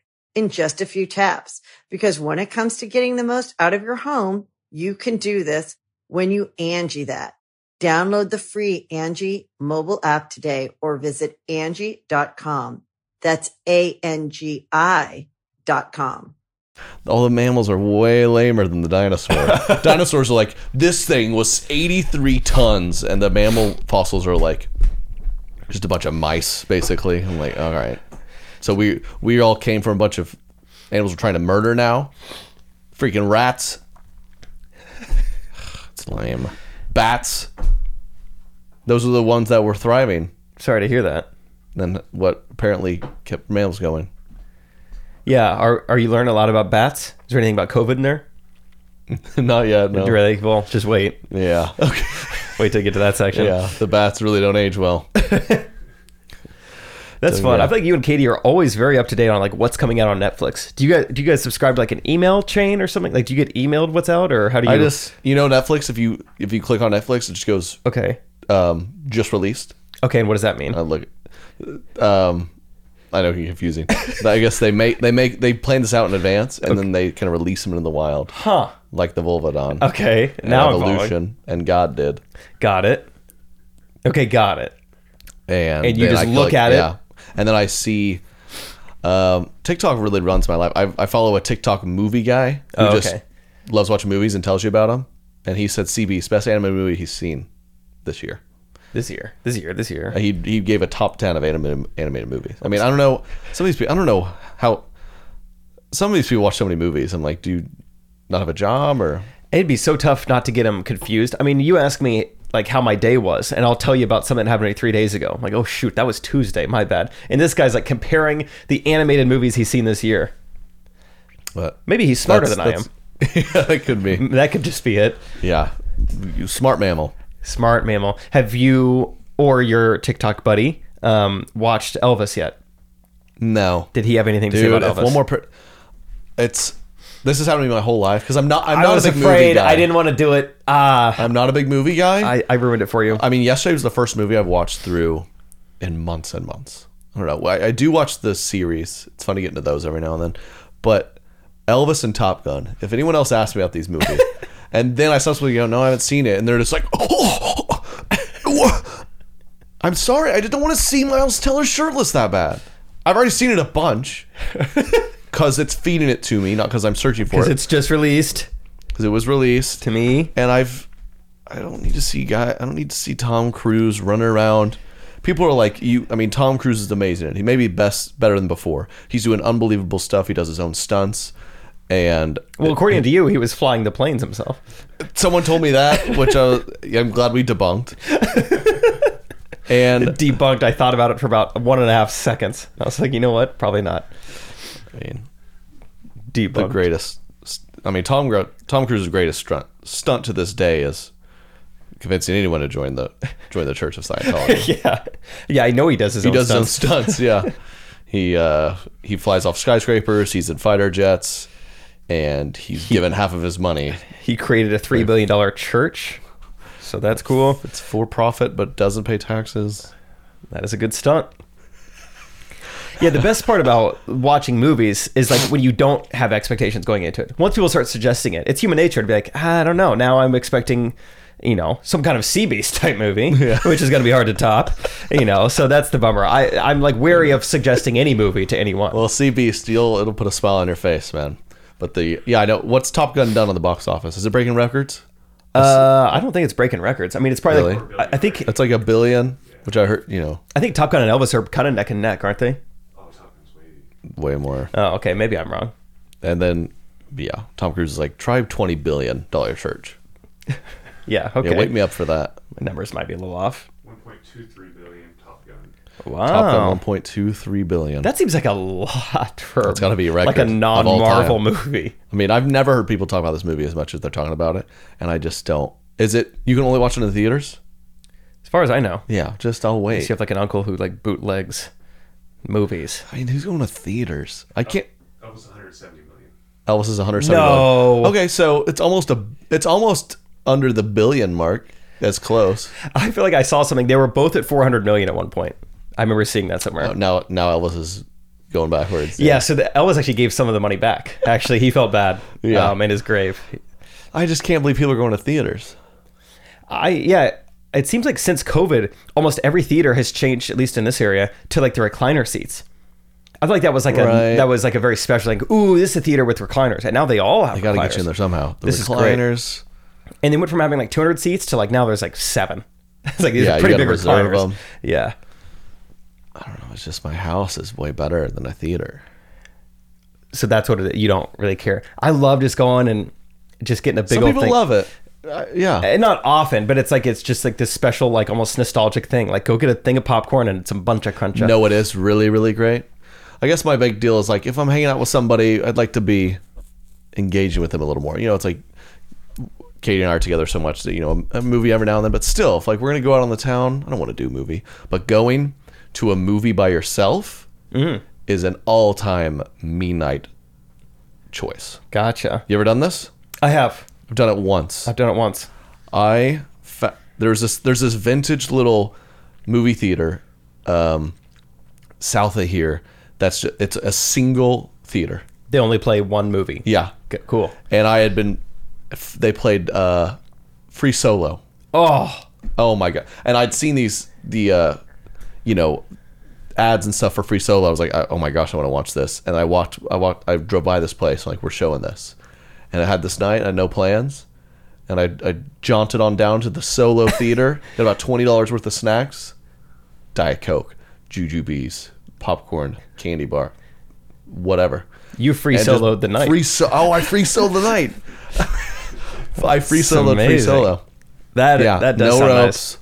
A: in just a few taps. Because when it comes to getting the most out of your home, you can do this when you Angie that. Download the free Angie mobile app today or visit Angie.com. That's A-N-G-I dot com.
B: all the mammals are way lamer than the dinosaur. Dinosaurs are like, this thing was 83 tons, and the mammal fossils are like just a bunch of mice, basically. I'm like, all right. So we we all came from a bunch of animals we're trying to murder now. Freaking rats. It's lame. Bats. Those are the ones that were thriving.
D: Sorry to hear that.
B: Then what apparently kept males going.
D: Yeah, are are you learning a lot about bats? Is there anything about COVID in there?
B: Not yet. No.
D: You're really? Well, just wait.
B: Yeah. Okay.
D: Wait till you get to that section.
B: Yeah. The bats really don't age well.
D: That's
B: So,
D: fun.
B: yeah.
D: I feel like you and Katie are always very up to date on like what's coming out on Netflix. Do you guys do you guys subscribe to like an email chain or something? Like do you get emailed what's out or how do you
B: I just you know Netflix. If you if you click on Netflix, it just goes
D: Okay.
B: um, just released.
D: Okay, and what does that mean?
B: I look. Um, I know it can be confusing. But I guess they make they make they plan this out in advance and then they kind of release them in the wild.
D: huh.
B: Like the Volvadon.
D: Okay.
B: and
D: Now I'm following.
B: evolution and God did.
D: Got it. Okay, got it.
B: and
D: And you
B: then
D: just
B: I feel
D: look at it?
B: and then I see um, TikTok really runs my life. I, I follow a TikTok movie guy who
D: Oh,
B: just
D: okay.
B: loves watching movies and tells you about them. And he said CB's best animated movie he's seen this year.
D: This year. This year. This year.
B: He he gave a top ten of animated animated movies. I mean, I don't know some of these people. I don't know how some of these people watch so many movies. I'm like, do you not have a job or?
D: It'd be so tough not to get them confused. I mean, you ask me like how my day was, and I'll tell you about something that happened to me three days ago. I'm like, oh shoot, that was Tuesday. My bad. And this guy's like comparing the animated movies he's seen this year.
B: But
D: Maybe he's smarter than I am.
B: yeah, that could be.
D: That could just be it.
B: Yeah, you smart mammal.
D: Smart mammal. Have you or your TikTok buddy um, watched Elvis yet?
B: No,
D: Did he have anything to say
B: Dude,
D: about
B: if
D: Elvis?
B: one more. Per- it's this has happened to me my whole life because I'm not. I'm
D: I
B: not
D: was
B: a big movie
D: afraid.
B: guy.
D: I didn't want to do it. Ah,
B: I'm not a big movie guy. I,
D: I, I ruined it for you.
B: mean, yesterday was the first movie I've watched through in months and months. I don't know. I, I do watch the series. It's fun to get into those every now and then. But Elvis and Top Gun. If anyone else asks me about these movies, and then I subsequently go, "No, I haven't seen it," and they're just like, "Oh." I'm sorry, I just don't want to see Miles Teller shirtless that bad. I've already seen it a bunch because it's feeding it to me, not because I'm searching for
D: Because
B: it.
D: it's just released
B: Because it was released,
D: to me.
B: and I've I don't need to see guy. I don't need to see Tom Cruise running around. People are like you. I mean, Tom Cruise is amazing. and He may be best, better than before. He's doing unbelievable stuff. He does his own stunts, and
D: Well, according to you, he was flying the planes himself.
B: someone told me that, which I, was- I'm glad we debunked. And
D: debunked. I thought about it for about one and a half seconds. I was like, you know what? Probably not.
B: I mean,
D: Debunked.
B: the greatest. I mean, Tom Gro- Tom Cruise's greatest stunt stunt to this day is convincing anyone to join the join the Church of Scientology.
D: Yeah, yeah. I know he does his.
B: he
D: own
B: does
D: stunts.
B: his own stunts. Yeah, he uh, he flies off skyscrapers. He's in fighter jets, and he's given half of his money.
D: He created a three billion dollar church, so that's cool.
B: It's for profit, but doesn't pay taxes.
D: That is a good stunt. Yeah, the best part about watching movies is like when you don't have expectations going into it. Once people start suggesting it, it's human nature to be like, "Ah, I don't know. Now I'm expecting, you know, some kind of sea beast type movie, which is going to be hard to top. You know, so that's the bummer. I I'm like wary of suggesting any movie to anyone.
B: Well, CB Steel, it'll put a smile on your face, man. But the yeah, I know. What's Top Gun done on the box office? Is it breaking records?
D: Uh, I don't think it's breaking records. I mean, it's probably. like-
B: Really?
D: I, I think
B: It's like a billion, which I heard. You know,
D: I think Top Gun and Elvis are kind of neck and neck, aren't they?
E: Oh, Top Gun's way.
B: way more.
D: Oh, okay. Maybe I'm wrong.
B: And then yeah, Tom Cruise is like, try twenty billion dollar church.
D: Yeah.
B: Yeah,
D: Okay.
B: wake me up for that.
D: My numbers might be a little off.
E: 1.23 billion Top Gun.
D: Wow.
B: Top Gun one point two three billion.
D: That seems like a lot for it's
B: gotta be a
D: like
B: record
D: a
B: of all
D: non-Marvel
B: time.
D: movie.
B: I mean, I've never heard people talk about this movie as much as they're talking about it, and I just don't. Is it you can only watch it in the theaters?
D: As far as I know,
B: Yeah, just I'll
D: you
B: wait.
D: have like an uncle who like bootlegs movies.
B: I mean, who's going to theaters? I can't.
E: That was 170 million.
B: Elvis is 171.
D: No.
B: Okay, so it's almost a it's almost under the billion mark. That's close.
D: I feel like I saw something. They were both at 400 million at one point. I remember seeing that somewhere.
B: Now now Elvis is going backwards.
D: yeah. so the Elvis actually gave some of the money back. Actually, he felt bad.
B: Yeah.
D: um, in his grave.
B: I just can't believe people are going to theaters.
D: I yeah. It seems like since COVID, almost every theater has changed, at least in this area, to like the recliner seats. I feel like that was like
B: Right.
D: a that was like a very special like ooh this is a theater with recliners and now they all have
B: They got to get
D: recliners.
B: you in there somehow. The
D: This is great.
B: recliners.
D: and they went from having like 200 seats to like now there's like seven. It's like these
B: Yeah,
D: are
B: you
D: pretty
B: gotta
D: big
B: reserve
D: recliners.
B: 'em.
D: Yeah,
B: It's just my house is way better than a theater.
D: so that's what it, you don't really care. I love just going and just getting a big
B: Some
D: old
B: people
D: thing.
B: love it. uh, yeah.
D: and not often, but it's like it's just like this special, like almost nostalgic thing. Like go get a thing of popcorn and it's a bunch of crunch. Up.
B: No, it is really, really great. I guess my big deal is like if I'm hanging out with somebody, I'd like to be engaging with them a little more. You know, it's like Katie and I are together so much that you know a movie every now and then. But still, if like we're gonna go out on the town, I don't want to do a movie, but going to a movie by yourself is an all-time me night choice.
D: gotcha.
B: You ever done this?
D: I have.
B: I've done it once.
D: I've done it once.
B: I fa- there's this there's this vintage little movie theater um, south of here that's just, it's a single theater.
D: They only play one movie.
B: Yeah,
D: G- cool.
B: and I had been f- they played uh, Free Solo.
D: Oh,
B: Oh my god! And I'd seen these the uh, you know ads and stuff for Free Solo. I was like, I- oh my gosh, I want to watch this. And I walked, I walked, I drove by this place. I'm like, we're showing this, and I had this night. I had no plans, and I, I jaunted on down to the Solo Theater. Got about twenty dollars worth of snacks, Diet Coke, Jujubes, popcorn, candy bar, whatever.
D: you free
B: And just
D: soloed the night.
B: Free so- oh, I free soloed the night. I free
D: That's
B: soloed free
D: amazing.
B: solo.
D: that
B: Yeah,
D: that does
B: no
D: sound nice.
B: ropes,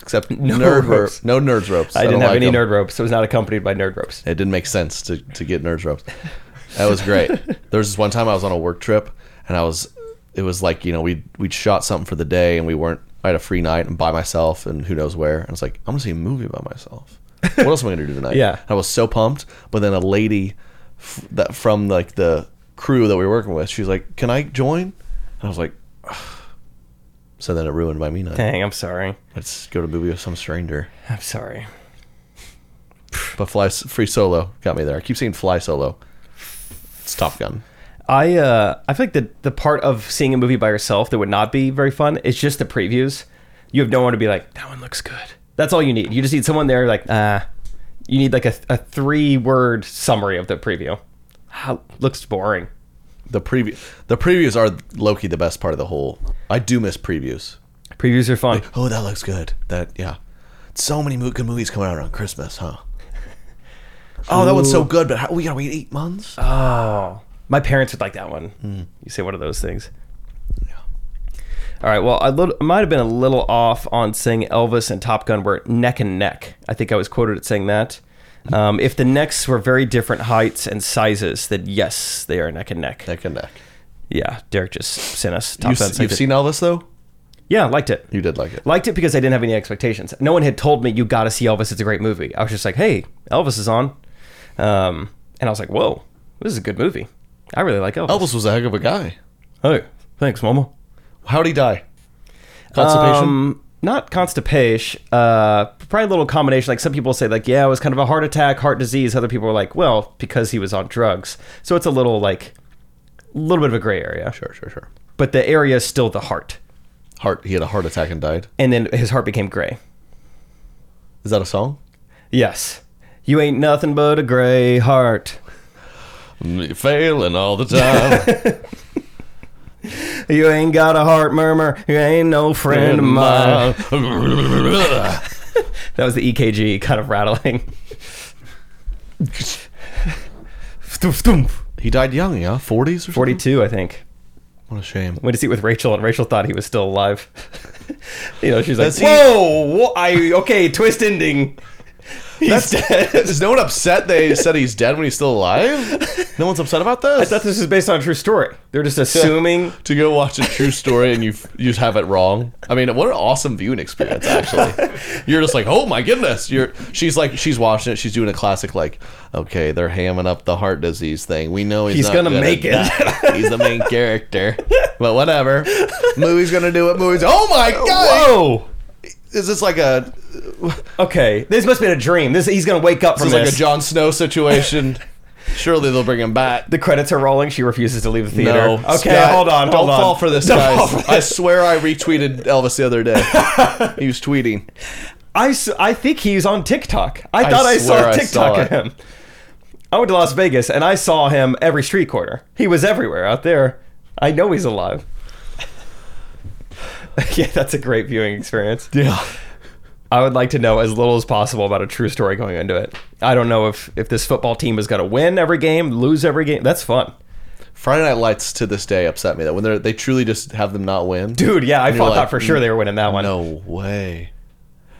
B: except
D: No
B: nerd
D: ropes.
B: ropes. No nerds ropes.
D: I didn't
B: don't
D: have
B: like
D: any
B: them.
D: nerd ropes. so It was not accompanied by nerd ropes.
B: It didn't make sense to, to get nerds ropes. That was great. there was this one time I was on a work trip, and I was, it was like you know we we'd shot something for the day, and we weren't. I had a free night and by myself, and who knows where. And it's like I'm gonna see a movie by myself. What else am I gonna do tonight?
D: Yeah.
B: And I was so pumped, but then a lady f- that from like the crew that we were working with, she's like, "Can I join?" And I was like. So then it ruined my me night.
D: Dang, I'm sorry.
B: Let's go to a movie with some stranger.
D: I'm sorry.
B: But Fly Free Solo got me there. I keep saying Fly Solo. It's Top Gun.
D: I uh, I feel like the the part of seeing a movie by yourself that would not be very fun is just the previews. You have no one to be like, that one looks good. That's all you need. You just need someone there like, uh, you need like a, a three word summary of the preview. How looks boring.
B: The preview, the previews are Loki the best part of the whole. I do miss previews.
D: Previews are fun.
B: Oh, that looks good. That yeah. So many mo- good movies coming out around Christmas, huh? Oh, that one's so good, but how, we gotta wait eight months.
D: Oh, my parents would like that one.
B: Hmm.
D: You say one of those things. All right. Well, I lit- I might have been a little off on saying Elvis and Top Gun were neck and neck. I think I was quoted at saying that. Um, if the necks were very different heights and sizes, then yes, they are neck and neck.
B: neck and neck.
D: Yeah, Derek just sent us Top
B: You've,
D: Gun.
B: you've
D: liked it.
B: seen Elvis though.
D: Yeah, liked it.
B: You did like it.
D: Liked it because I didn't have any expectations. No one had told me you got to see Elvis. It's a great movie. I was just like, hey, Elvis is on, um, and I was like, whoa, this is a good movie. I really like Elvis.
B: Elvis was a heck of a guy.
D: Hey, thanks, Mama.
B: How'd he die? Constipation.
D: Um, not constipation. Uh, probably a little combination. Like some people say, like, yeah, it was kind of a heart attack, heart disease. Other people are like, well, because he was on drugs. So it's a little like, a little bit of a gray area.
B: sure, sure, sure.
D: But the area is still the heart.
B: Heart. He had a heart attack and died.
D: And then his heart became gray.
B: Is that a song?
D: Yes. You ain't nothing but a gray heart.
B: Failing all the time.
D: You ain't got a heart murmur. You ain't no friend of mine. That was the EKG kind of rattling.
B: He died young, yeah, forties or something?
D: 42, I think.
B: What a shame.
D: went to see it with Rachel, and Rachel thought he was still alive. you know, she's like,
B: That's-
D: "Whoa, wha- I okay, twist ending." He's dead.
B: Is no one upset they said he's dead when he's still alive? No one's upset about
D: I thought
B: this.
D: this was based on a true story. They're just assuming.
B: To go watch a true story and you you have it wrong. I mean, what an awesome viewing experience! Actually, you're just like, oh my goodness. You're she's like she's watching it. She's doing a classic like, okay, they're hamming up the heart disease thing. We know he's,
D: He's
B: not
D: gonna
B: gonna
D: make it.
B: die. He's the main character, but whatever. Movie's gonna do what movies. Oh my god!
D: Whoa.
B: Is this like a
D: Okay, this must have been a dream. This he's gonna wake up from
B: It's
D: this.
B: like a Jon Snow situation. Surely they'll bring him back.
D: the credits are rolling. She refuses to leave the theater.
B: No,
D: okay,
B: Scott,
D: hold on, hold
B: don't
D: on.
B: fall for this,
D: Don't fall
B: guys.
D: for
B: I
D: this.
B: swear I retweeted Elvis the other day. he was tweeting.
D: I, s- I think he's on TikTok. I, thought I
B: swear
D: saw a
B: I
D: TikTok of
B: saw it.
D: him. I went to Las Vegas and I saw him every street corner. He was everywhere out there. I know he's alive. yeah, that's a great viewing experience.
B: Yeah,
D: I would like to know as little as possible about a true story going into it. I don't know if, if this football team is going to win every game, lose every game. That's fun.
B: Friday Night Lights to this day upset me. That when they are they truly just have them not win,
D: Dude, yeah, I
B: And you're
D: thought,
B: like,
D: thought for sure they were winning that one.
B: No way.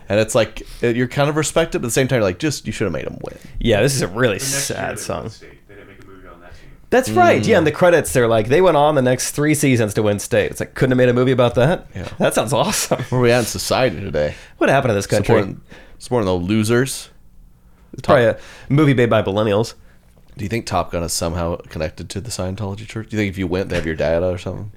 B: And it's like it- you're kind of respected, but at the same time, you're like, just you should have made them win.
D: Yeah, this is a really
E: The next year,
D: sad
E: they
D: song.
E: won State. They didn't make a movie on that team.
D: That's right.
B: Hmm.
D: Yeah, and the credits, they're like, they went on the next three seasons to win state. It's like, couldn't have made a movie about that?
B: Yeah.
D: That sounds awesome.
B: Where are we at in society today?
D: What happened to this country?
B: Supporting, supporting the losers.
D: It's probably a movie made by millennials.
B: Do you think Top Gun is somehow connected to the Scientology church? Do you think if you went, they have your data or something?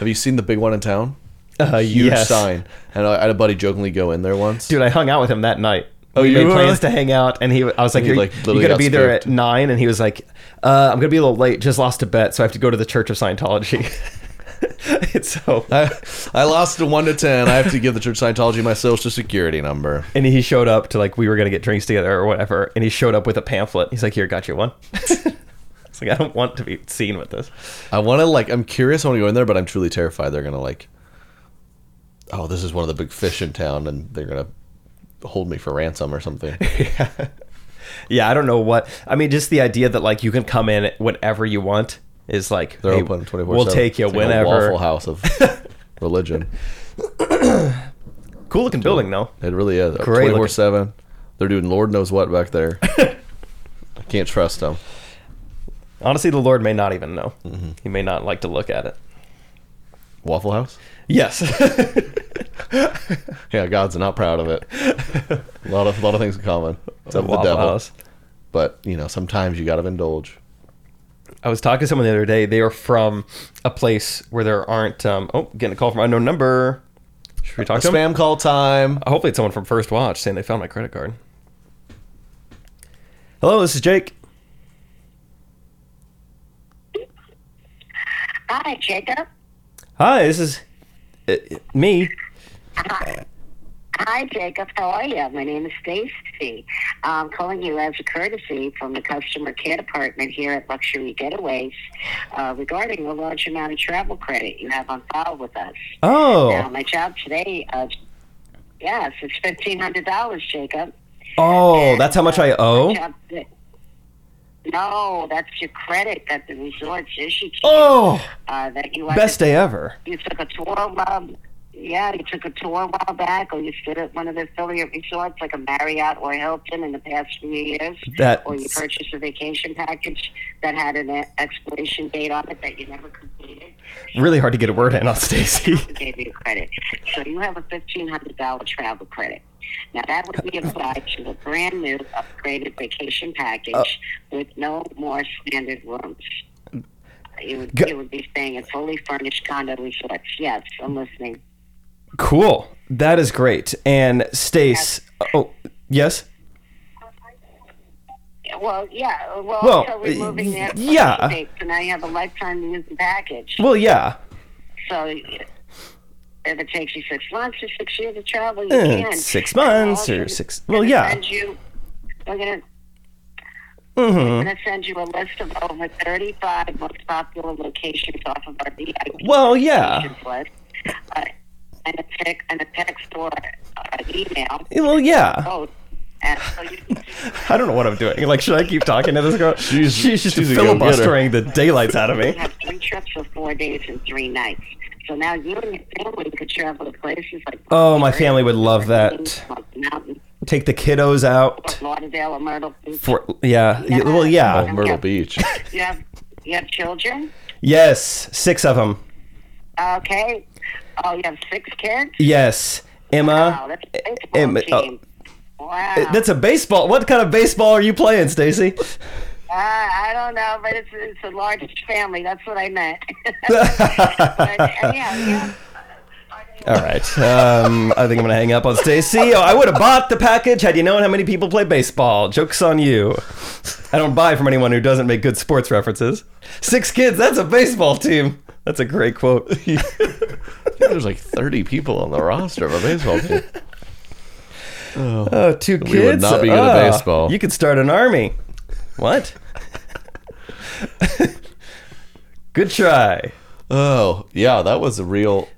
B: Have you seen the big one in town?
D: Uh,
B: Huge
D: yes.
B: sign. And I I had a buddy jokingly go in there once.
D: Dude, I hung out with him that night.
B: Oh,
D: we
B: you
D: made
B: were?
D: plans to hang out, and he, I was like,
B: he,
D: "You're,
B: like, literally
D: you're gonna
B: got
D: be there at
B: spooked.
D: nine, and he was like, uh, "I'm gonna be a little late. Just lost a bet, so I have to go to the Church of Scientology." it's so,
B: I, I lost a one to ten. I have to give the Church of Scientology my social security number.
D: and he showed up to like we were gonna get drinks together or whatever, and he showed up with a pamphlet. He's like, "Here, got you one." it's like I don't want to be seen with this.
B: I want to like. I'm curious. I want to go in there, but I'm truly terrified. They're gonna like. Oh, this is one of the big fish in town, and they're gonna hold me for ransom or something.
D: Yeah, I don't know what. I mean, just the idea that like you can come in whenever you want is like
B: They're
D: hey,
B: open 24.
D: We'll take you whenever.
B: Waffle House of religion.
D: Cool looking building though.
B: It really is.
D: Great looking.
B: 24 seven. They're doing Lord knows what back there. I can't trust them.
D: Honestly, the Lord may not even know.
B: Mm-hmm.
D: He may not like to look at it.
B: Waffle House.
D: Yes.
B: Yeah, God's not proud of it. A lot of a lot of things in common. Except the
D: Waffle
B: devil.
D: House.
B: But you know, sometimes you got to indulge.
D: I was talking to someone the other day. They are from a place where there aren't. Um, oh, getting a call from unknown number. Should we talk to them?
B: Spam call time.
D: Hopefully, it's someone from First Watch saying they found my credit card. Hello, this is Jake.
F: Hi, Jacob.
D: Hi, this is uh, me.
F: Hi, Jacob. How are you? My name is Stacy. I'm calling you as a courtesy from the customer care department here at Luxury Getaways uh, regarding the large amount of travel credit you have on file with us. Now,
D: Oh,
F: my job today, uh, yes, it's fifteen hundred dollars, Jacob.
D: oh, that's how much I owe.
F: Job today- No, that's your credit that the resorts issued to you,
D: Oh,
F: uh, that you
D: best day ever.
F: you took a tour while yeah, you took a tour a while back, or you stood at one of the affiliate resorts like a Marriott or Hilton in the past few years,
D: That
F: or you purchased a vacation package that had an e- expiration date on it that you never completed.
D: really hard to get a word in on Stacy.
F: We gave you credit, so you have a fifteen hundred dollar travel credit. Now that would be applied to a brand new upgraded vacation package with no more standard rooms. You would,
D: Go-
F: you would be staying at fully furnished condo resorts. Yes, I'm listening.
D: Cool. That is great. And Stace, oh yes.
F: Well, yeah. Well,
D: Well,
F: so we're moving there. for
D: yeah.
F: the States, and now you have a lifetime use package.
D: Well, yeah.
F: So if it takes you six months or six years to travel, you
D: Eh,
F: can.
D: six
F: And we're
D: months
F: also
D: or six-
F: gonna
D: well, yeah.
F: Send you, we're gonna.
D: Mm-hmm.
F: We're gonna send you a list of over 35 most popular locations off of our VIP
D: Well, yeah.
F: locations list, uh, and a text and a text or uh, email
D: Well, yeah.
F: code, and so you can
D: I don't know what I'm doing. Like, should I keep talking to this girl? She's, just
B: she's a go-getter.
D: filibustering the daylights out of me.
F: We have three trips of four days and three nights. So now you and your family could travel to places like
D: Oh, my family would love that.
F: Mountain,
D: Take the kiddos out.
F: Fort Lauderdale, or Myrtle Beach.
D: For yeah. y- Well,
B: Oh,
D: yeah.
B: Myrtle Beach.
F: You have you have children?
D: Yes, six of them.
F: Okay. Oh, you have six kids?
D: Yes,
F: Wow,
D: Emma.
F: that's a baseball
D: Em- oh. Eh,
F: team. Wow.
D: That's a baseball. What kind of baseball are you playing, Stacy?
F: Uh, I don't know, but it's it's the largest family. That's what I meant. but, uh, yeah, yeah.
D: All right.
B: Uh,
D: Um, I think I'm going to hang up on Stacy. Oh, I would have bought the package had you known how many people play baseball. Joke's on you. I don't buy from anyone who doesn't make good sports references. Six kids, that's a baseball team. That's a great quote.
B: There's like 30 people on the roster of a baseball team.
D: Oh, two kids.
B: would not be good at
D: Ah,
B: baseball.
D: You could start an army. What? good try.
B: Oh, yeah, that was a real.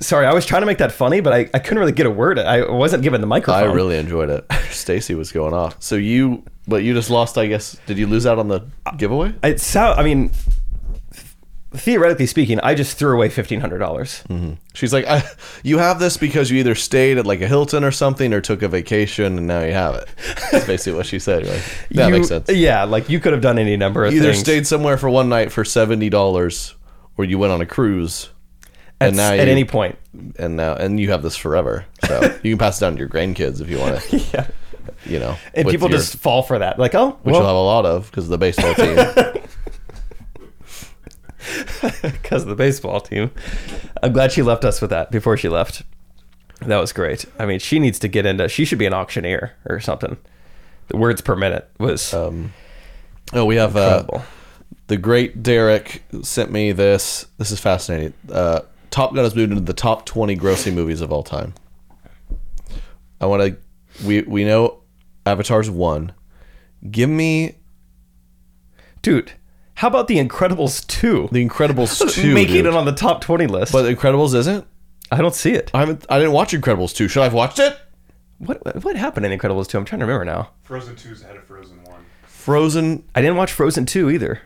D: Sorry, I was trying to make that funny, but I, I couldn't really get a word. I wasn't given the microphone.
B: I really enjoyed it. Stacy was going off. So you, but you just lost. I guess. Did you lose out on the giveaway?
D: It sound. I mean, theoretically speaking, I just threw away fifteen hundred dollars.
B: Mm-hmm. She's like, I, you have this because you either stayed at like a Hilton or something, or took a vacation, and now you have it. That's basically what she said. Like, that
D: You-
B: makes sense.
D: Yeah, like you could have done any number of
B: either
D: things.
B: stayed somewhere for one night for seventy dollars, or you went on a cruise,
D: at,
B: and now
D: at
B: you-
D: any point.
B: and now and you have this forever. So you can pass it down to your grandkids if you want to.
D: Yeah.
B: You know,
D: And
B: with
D: people
B: your-
D: just fall for that. Like, oh,
B: which
D: well,
B: you'll have a lot of because the baseball team.
D: because of the baseball team. I'm glad she left us with that before she left. That was great. I mean, she needs to get into. She should be an auctioneer or something. The words per minute was
B: oh, we have uh,
D: incredible.
B: the great Derek sent me this. This is fascinating. Uh, top Gun has moved into the top twenty grossing movies of all time. I want to. We we know Avatar's one. Give me
D: dude. How about the Incredibles two?
B: The Incredibles two.
D: Making
B: dude.
D: it on the top twenty list.
B: but Incredibles isn't.
D: I don't see it.
B: I haven't. I didn't watch Incredibles two. Should I have watched it?
D: What what happened in Incredibles two? I'm trying to remember now.
E: Frozen 2's ahead of Frozen 1.
B: Frozen.
D: I didn't watch Frozen two either.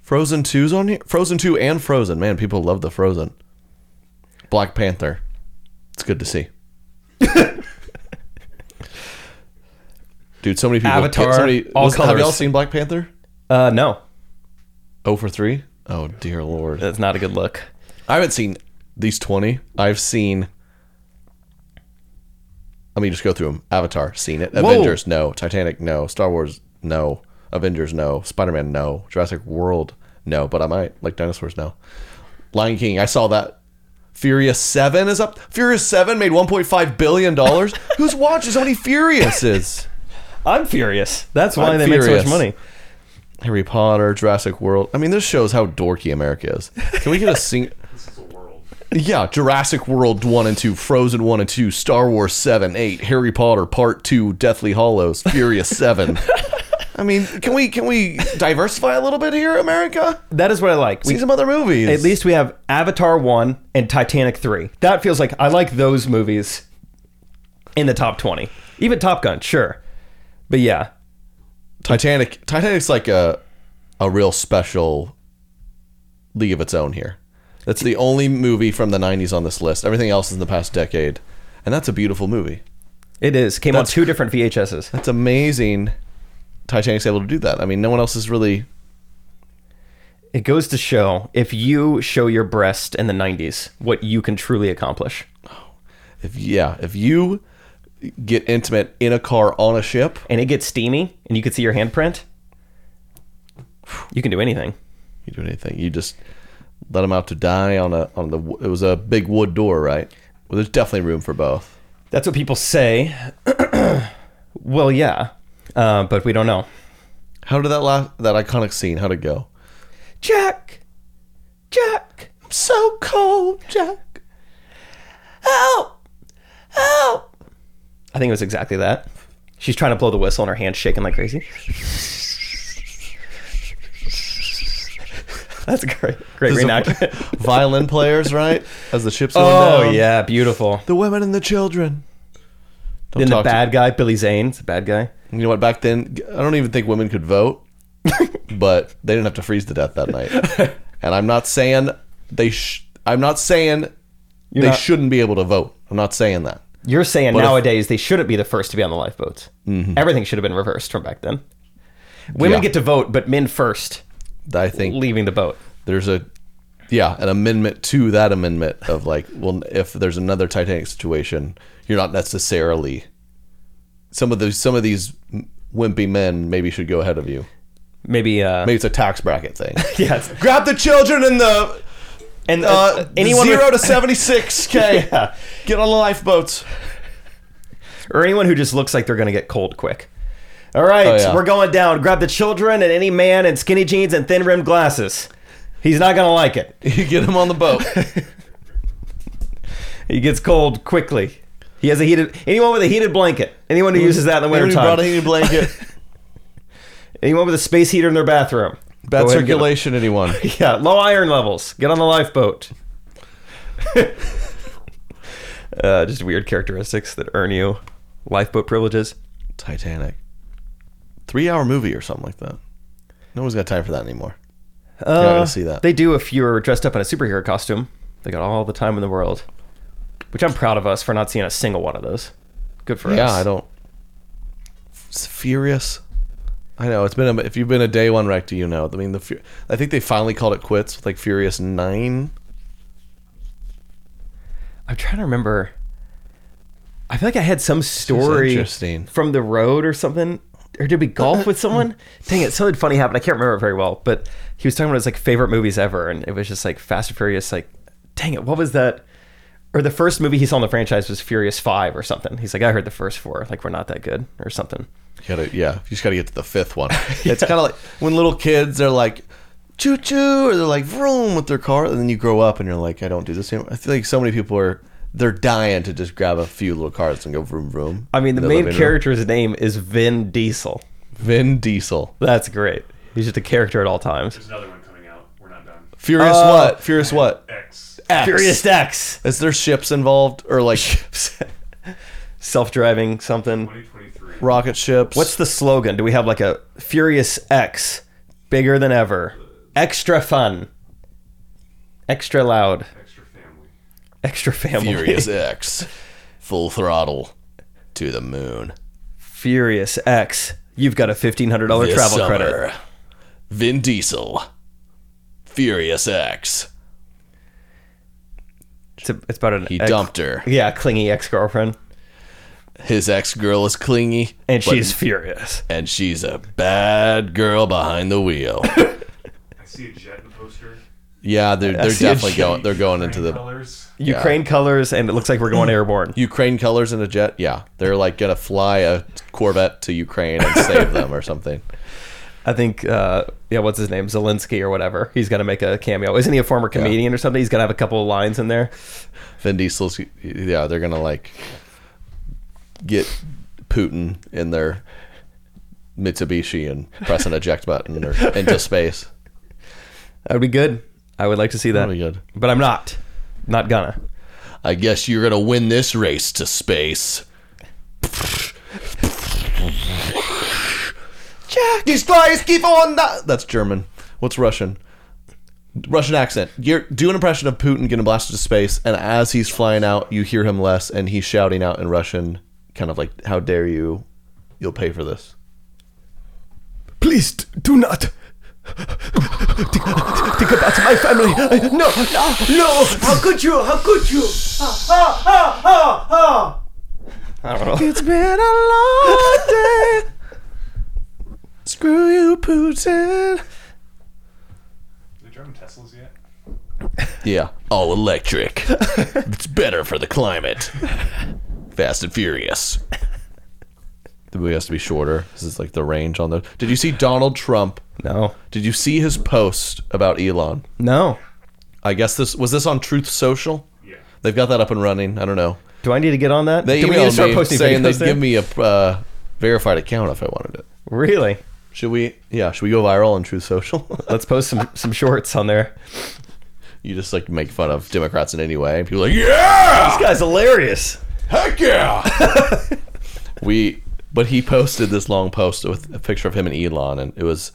B: Frozen two's on here. Frozen two and Frozen. Man, people love the Frozen. Black Panther. It's good to see. Dude, so many people.
D: Avatar, all
B: Have y'all
D: colors.
B: seen Black Panther?
D: Uh, no,
B: Oh for three. Oh dear lord.
D: that's not a good look.
B: I haven't seen these twenty. I've seen. Let me just go through them. Avatar, seen it. Avengers, no. Titanic, no. Star Wars, no. Avengers, no. Spider Man, no. Jurassic World, no. But I might like dinosaurs, no. Lion King, I saw that. Furious Seven is up. Furious Seven made 1.5 billion dollars. Who's watches how many Furious is?
D: I'm furious. That's why
B: I'm
D: they make so
B: furious.
D: much money.
B: Harry Potter, Jurassic World. I mean, this shows how dorky America is. Can we get a sing?
E: This is a world.
B: Yeah, Jurassic World 1 and 2, Frozen 1 and 2, Star Wars 7, 8, Harry Potter Part 2, Deathly Hollows, Furious 7. I mean, can we can we diversify a little bit here, America?
D: That is what I like.
B: See
D: We,
B: some other movies.
D: at least we have Avatar one and Titanic three. That feels like I like those movies in the top twenty. Even Top Gun, sure, but yeah,
B: Titanic Titanic's like a a real special league of its own here. That's the only movie from the 90s on this list. Everything else is in the past decade. And that's a beautiful movie.
D: it is. Came
B: That's-
D: on two different VHSs.
B: That's amazing Titanic's able to do that. I mean, no one else is really
D: It goes to show if you show your breast in the '90s, what you can truly accomplish.
B: If yeah, if you get intimate in a car on a ship,
D: And it gets steamy, and you can see your handprint. You can do anything.
B: you do anything. You just let them out to die on a on the. w- It was a big wood door, right? Well, there's definitely room for both.
D: That's what people say. well, yeah, uh, but we don't know.
B: How did that last that iconic scene? How'd it go?
D: Jack, Jack,
B: I'm so cold, Jack.
D: help, help. I think it was exactly that. She's trying to blow the whistle, and her hand's shaking like crazy. That's a great, great reenactment.
B: Violin players, right? As the ship's going
D: Oh
B: down.
D: yeah, beautiful.
B: the women and the children. Don't
D: Then the
B: talk to-
D: bad guy, Billy Zane's a bad guy.
B: you know what? Back then, I don't even think women could vote, but they didn't have to freeze to death that night. And I'm not saying they. Sh- I'm not saying they
D: not-
B: shouldn't be able to vote. I'm not saying that.
D: You're saying
B: if- Mm-hmm.
D: nowadays they shouldn't be the first to be on the lifeboats. Everything should have been reversed from back then. Women
B: Yeah.
D: get to vote, but men first,
B: I think
D: leaving the boat.
B: there's a, yeah, an amendment to that amendment of like, well, if there's another Titanic situation, you're not necessarily. Some of those, some of these wimpy men maybe should go ahead of you.
D: Maybe, uh,
B: Maybe it's a tax bracket thing.
D: yes.
B: Grab the children and the
D: And uh,
B: uh,
D: anyone
B: zero
D: with-
B: to seventy six k.
D: Yeah.
B: Get on the lifeboats.
D: or anyone who just looks like they're going to get cold quick. All right,
B: Oh, yeah.
D: we're going down. Grab the children and any man in skinny jeans and thin rimmed glasses. He's not going to like it.
B: You get him on the boat.
D: He gets cold quickly. He has a heated. Anyone with a heated blanket. Anyone who uses that in the
B: Maybe you brought a
D: wintertime.
B: heated blanket.
D: Anyone with a space heater in their bathroom.
B: Bad
D: Go ahead and get 'em.
B: circulation, anyone?
D: Yeah, low iron levels. Get on the lifeboat. uh, just weird characteristics that earn you lifeboat privileges.
B: Titanic. Three hour movie or something like that. No one's got time for that anymore. I gotta see that.
D: They do if you're dressed up in a superhero costume. They got all the time in the world, which I'm proud of us for not seeing a single one of those. Good for us.
B: Yeah, I don't. It's furious. I know it's been a, if you've been a day one wreck, do you know? I mean, the Fu- I think they finally called it quits with like Furious Nine.
D: I'm trying to remember. I feel like I had some story
B: interesting.
D: from the road or something. Or did we golf with someone? Dang it, something funny happened. I can't remember it very well, but he was talking about his like favorite movies ever, and it was just like Fast and Furious. Like, dang it, what was that? Or the first movie he saw in the franchise was Furious Five or something. He's like, I heard the first four, like we're not that good or something.
B: You gotta, yeah, you just gotta get to the fifth one. It's kind of like when little kids are like, choo choo, or they're like vroom with their car, and then you grow up and you're like, I don't do this anymore. I feel like so many people are they're dying to just grab a few little cars and go vroom vroom.
D: I mean, the
B: in their
D: main
B: living room.
D: character's name is Vin Diesel.
B: Vin Diesel,
D: That's great. He's just a character at all times.
E: There's another one coming out. We're not done.
B: Furious what? Furious what?
E: X.
B: X.
D: Furious Oh. X,
B: Is there ships involved or like
D: self-driving something.
E: 2023.
B: rocket ships?
D: What's the slogan? Do we have like a Furious X, bigger than ever, extra fun, extra loud,
E: Extra family.
D: extra family?
B: Furious X, full throttle to the moon.
D: Furious X. You've got a fifteen hundred dollar
B: This
D: travel
B: summer,
D: credit.
B: Vin Diesel, Furious X.
D: It's, a, it's about an
B: He
D: ex-
B: dumped her.
D: Yeah, clingy ex girlfriend,
B: His ex girl is clingy,
D: and
B: but-
D: she's furious.
B: and she's a bad girl behind the wheel.
E: I see a jet in the poster.
B: yeah, they're they're
D: see a
B: definitely going. They're going into the
E: Green colors.
D: Ukraine colors, and it looks like we're
B: Mm.
D: going airborne.
B: Ukraine colors in a jet. Yeah, they're like gonna fly a Corvette to Ukraine and save them or something.
D: I think, uh, yeah, what's his name, Zelensky or whatever. He's got to make a cameo. Isn't he a former comedian or something? He's got to have a couple of lines in there.
B: Vin Diesel's. Yeah, they're gonna like get Putin in their Mitsubishi and press an eject button or into space.
D: That would be good. I would like to see that.
B: That'd be good.
D: But I'm not. Not gonna.
B: I guess you're gonna win this race to space. Jack, these flies keep on. The- That's German. What's Russian? Russian accent. You're, do an impression of Putin getting blasted to space, and as he's flying out, you hear him less, and he's shouting out in Russian, kind of like, "How dare you? You'll pay for this."
D: Please do not. Think, about my family. no, no, no. How could you? How could you? I don't know.
B: It's been a long day. Screw you, Putin.
E: Are they driving Teslas yet?
B: Yeah. All electric. it's better for the climate. Fast and Furious. The movie has to be shorter. This is like the range on the. Did you see Donald Trump?
D: No,
B: Did you see his post about Elon?
D: no.
B: I guess this was this on Truth Social.
E: Yeah.
B: They've got that up and running. I don't know.
D: Do I need to get on that?
B: They
D: do
B: emailed
D: we need to start
B: me
D: posting
B: saying
D: videos
B: they'd
D: there?
B: give me a uh, verified account if I wanted it.
D: Really?
B: Should we? Yeah. Should we go viral on Truth Social?
D: Let's post some some shorts on there.
B: you just like make fun of Democrats in any way, and people are like, yeah,
D: This guy's hilarious.
B: heck yeah. we, but he posted this long post with a picture of him and Elon, and it was,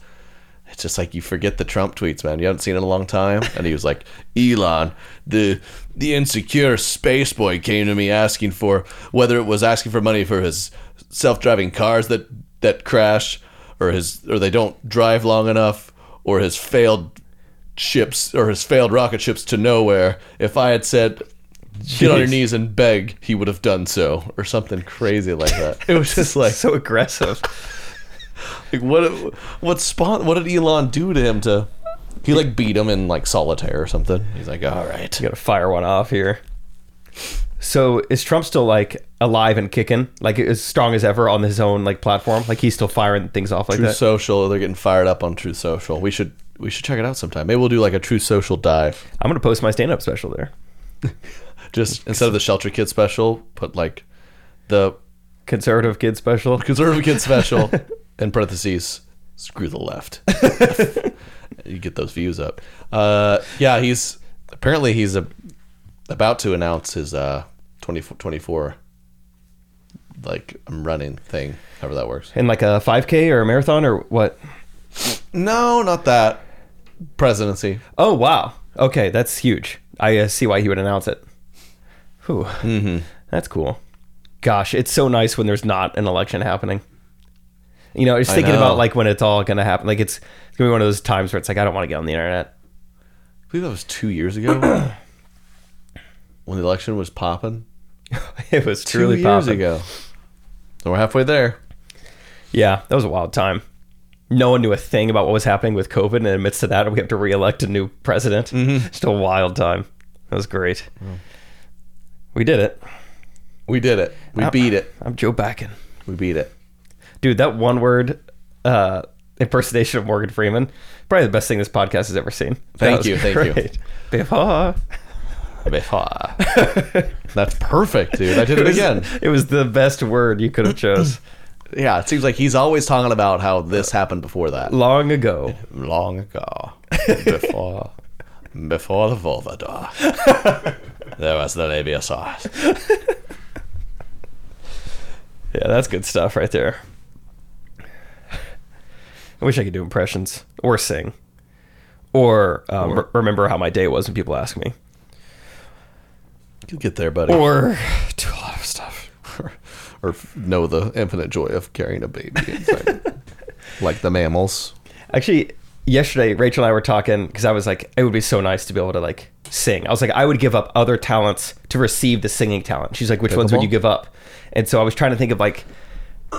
B: it's just like you forget the Trump tweets, man. You haven't seen it in a long time, and he was like, Elon, the the insecure space boy came to me asking for whether it was asking for money for his self driving cars that that crash, or his or they don't drive long enough, or his failed ships or his failed rocket ships to nowhere. If I had said, "Get on your
D: Jeez.
B: knees and beg," he would have done so, or something crazy like that. It was just like,
D: So aggressive.
B: like, what, what spawn? What did Elon do to him? To he like beat him in like solitaire or something. He's like, "All right,
D: Got to fire one off here. So is Trump still like alive and kicking, like as strong as ever on his own like platform? Like he's still firing things off like
B: Truth
D: that.
B: Social." They're getting fired up on Truth Social. We should we should check it out sometime. Maybe we'll do like a Truth Social dive.
D: I'm gonna post my stand-up special there.
B: Just instead of the Shelter Kid special, put like the
D: Conservative kid special.
B: conservative kid special in parentheses screw the left you get those views up uh yeah he's apparently he's a, about to announce his uh 2024 like i'm running thing however that works
D: In like a 5K or a marathon or what?
B: no not that presidency.
D: Oh wow. Okay, that's huge. I uh, see why he would announce it. Whew.
B: Mm-hmm.
D: That's cool. Gosh, it's so nice when there's not an election happening. You know, just thinking
B: know.
D: about like when it's all going to happen. Like it's, it's going to be one of those times where it's like I don't want to get on the internet.
B: I believe that was two years ago when the election was popping.
D: It was
B: Two
D: truly
B: years
D: popping.
B: ago. So we're halfway there.
D: Yeah, that was a wild time. No one knew a thing about what was happening with COVID, and amidst of that, we have to reelect a new president.
B: Mm-hmm.
D: Just a wild time. That was great. We did it.
B: We did it. We beat it.
D: I'm Joe Backen.
B: We beat it.
D: dude that one word uh impersonation of morgan freeman probably the best thing this podcast has ever seen That
B: Thank
D: was
B: you, thank you.
D: great. Before.
B: That's perfect, dude. I did it
D: was-
B: again.
D: it was the best word you could have chose
B: Yeah, it seems like he's always talking about how this happened before that.
D: long ago
B: Long ago, before before the vulva door, there was the labia sauce.
D: yeah that's good stuff right there i wish i could do impressions or sing or, um, re- remember how my day was when people ask me
B: You'll get there, buddy.
D: or do a lot of stuff
B: or know the infinite joy of carrying a baby, It's like, like the mammals.
D: Actually, yesterday Rachel and I were talking because I was like, it would be so nice to be able to like sing. I was like, I would give up other talents to receive the singing talent. She's like, which ones would
B: Pickleball?
D: you give up? And so I was trying to think of like,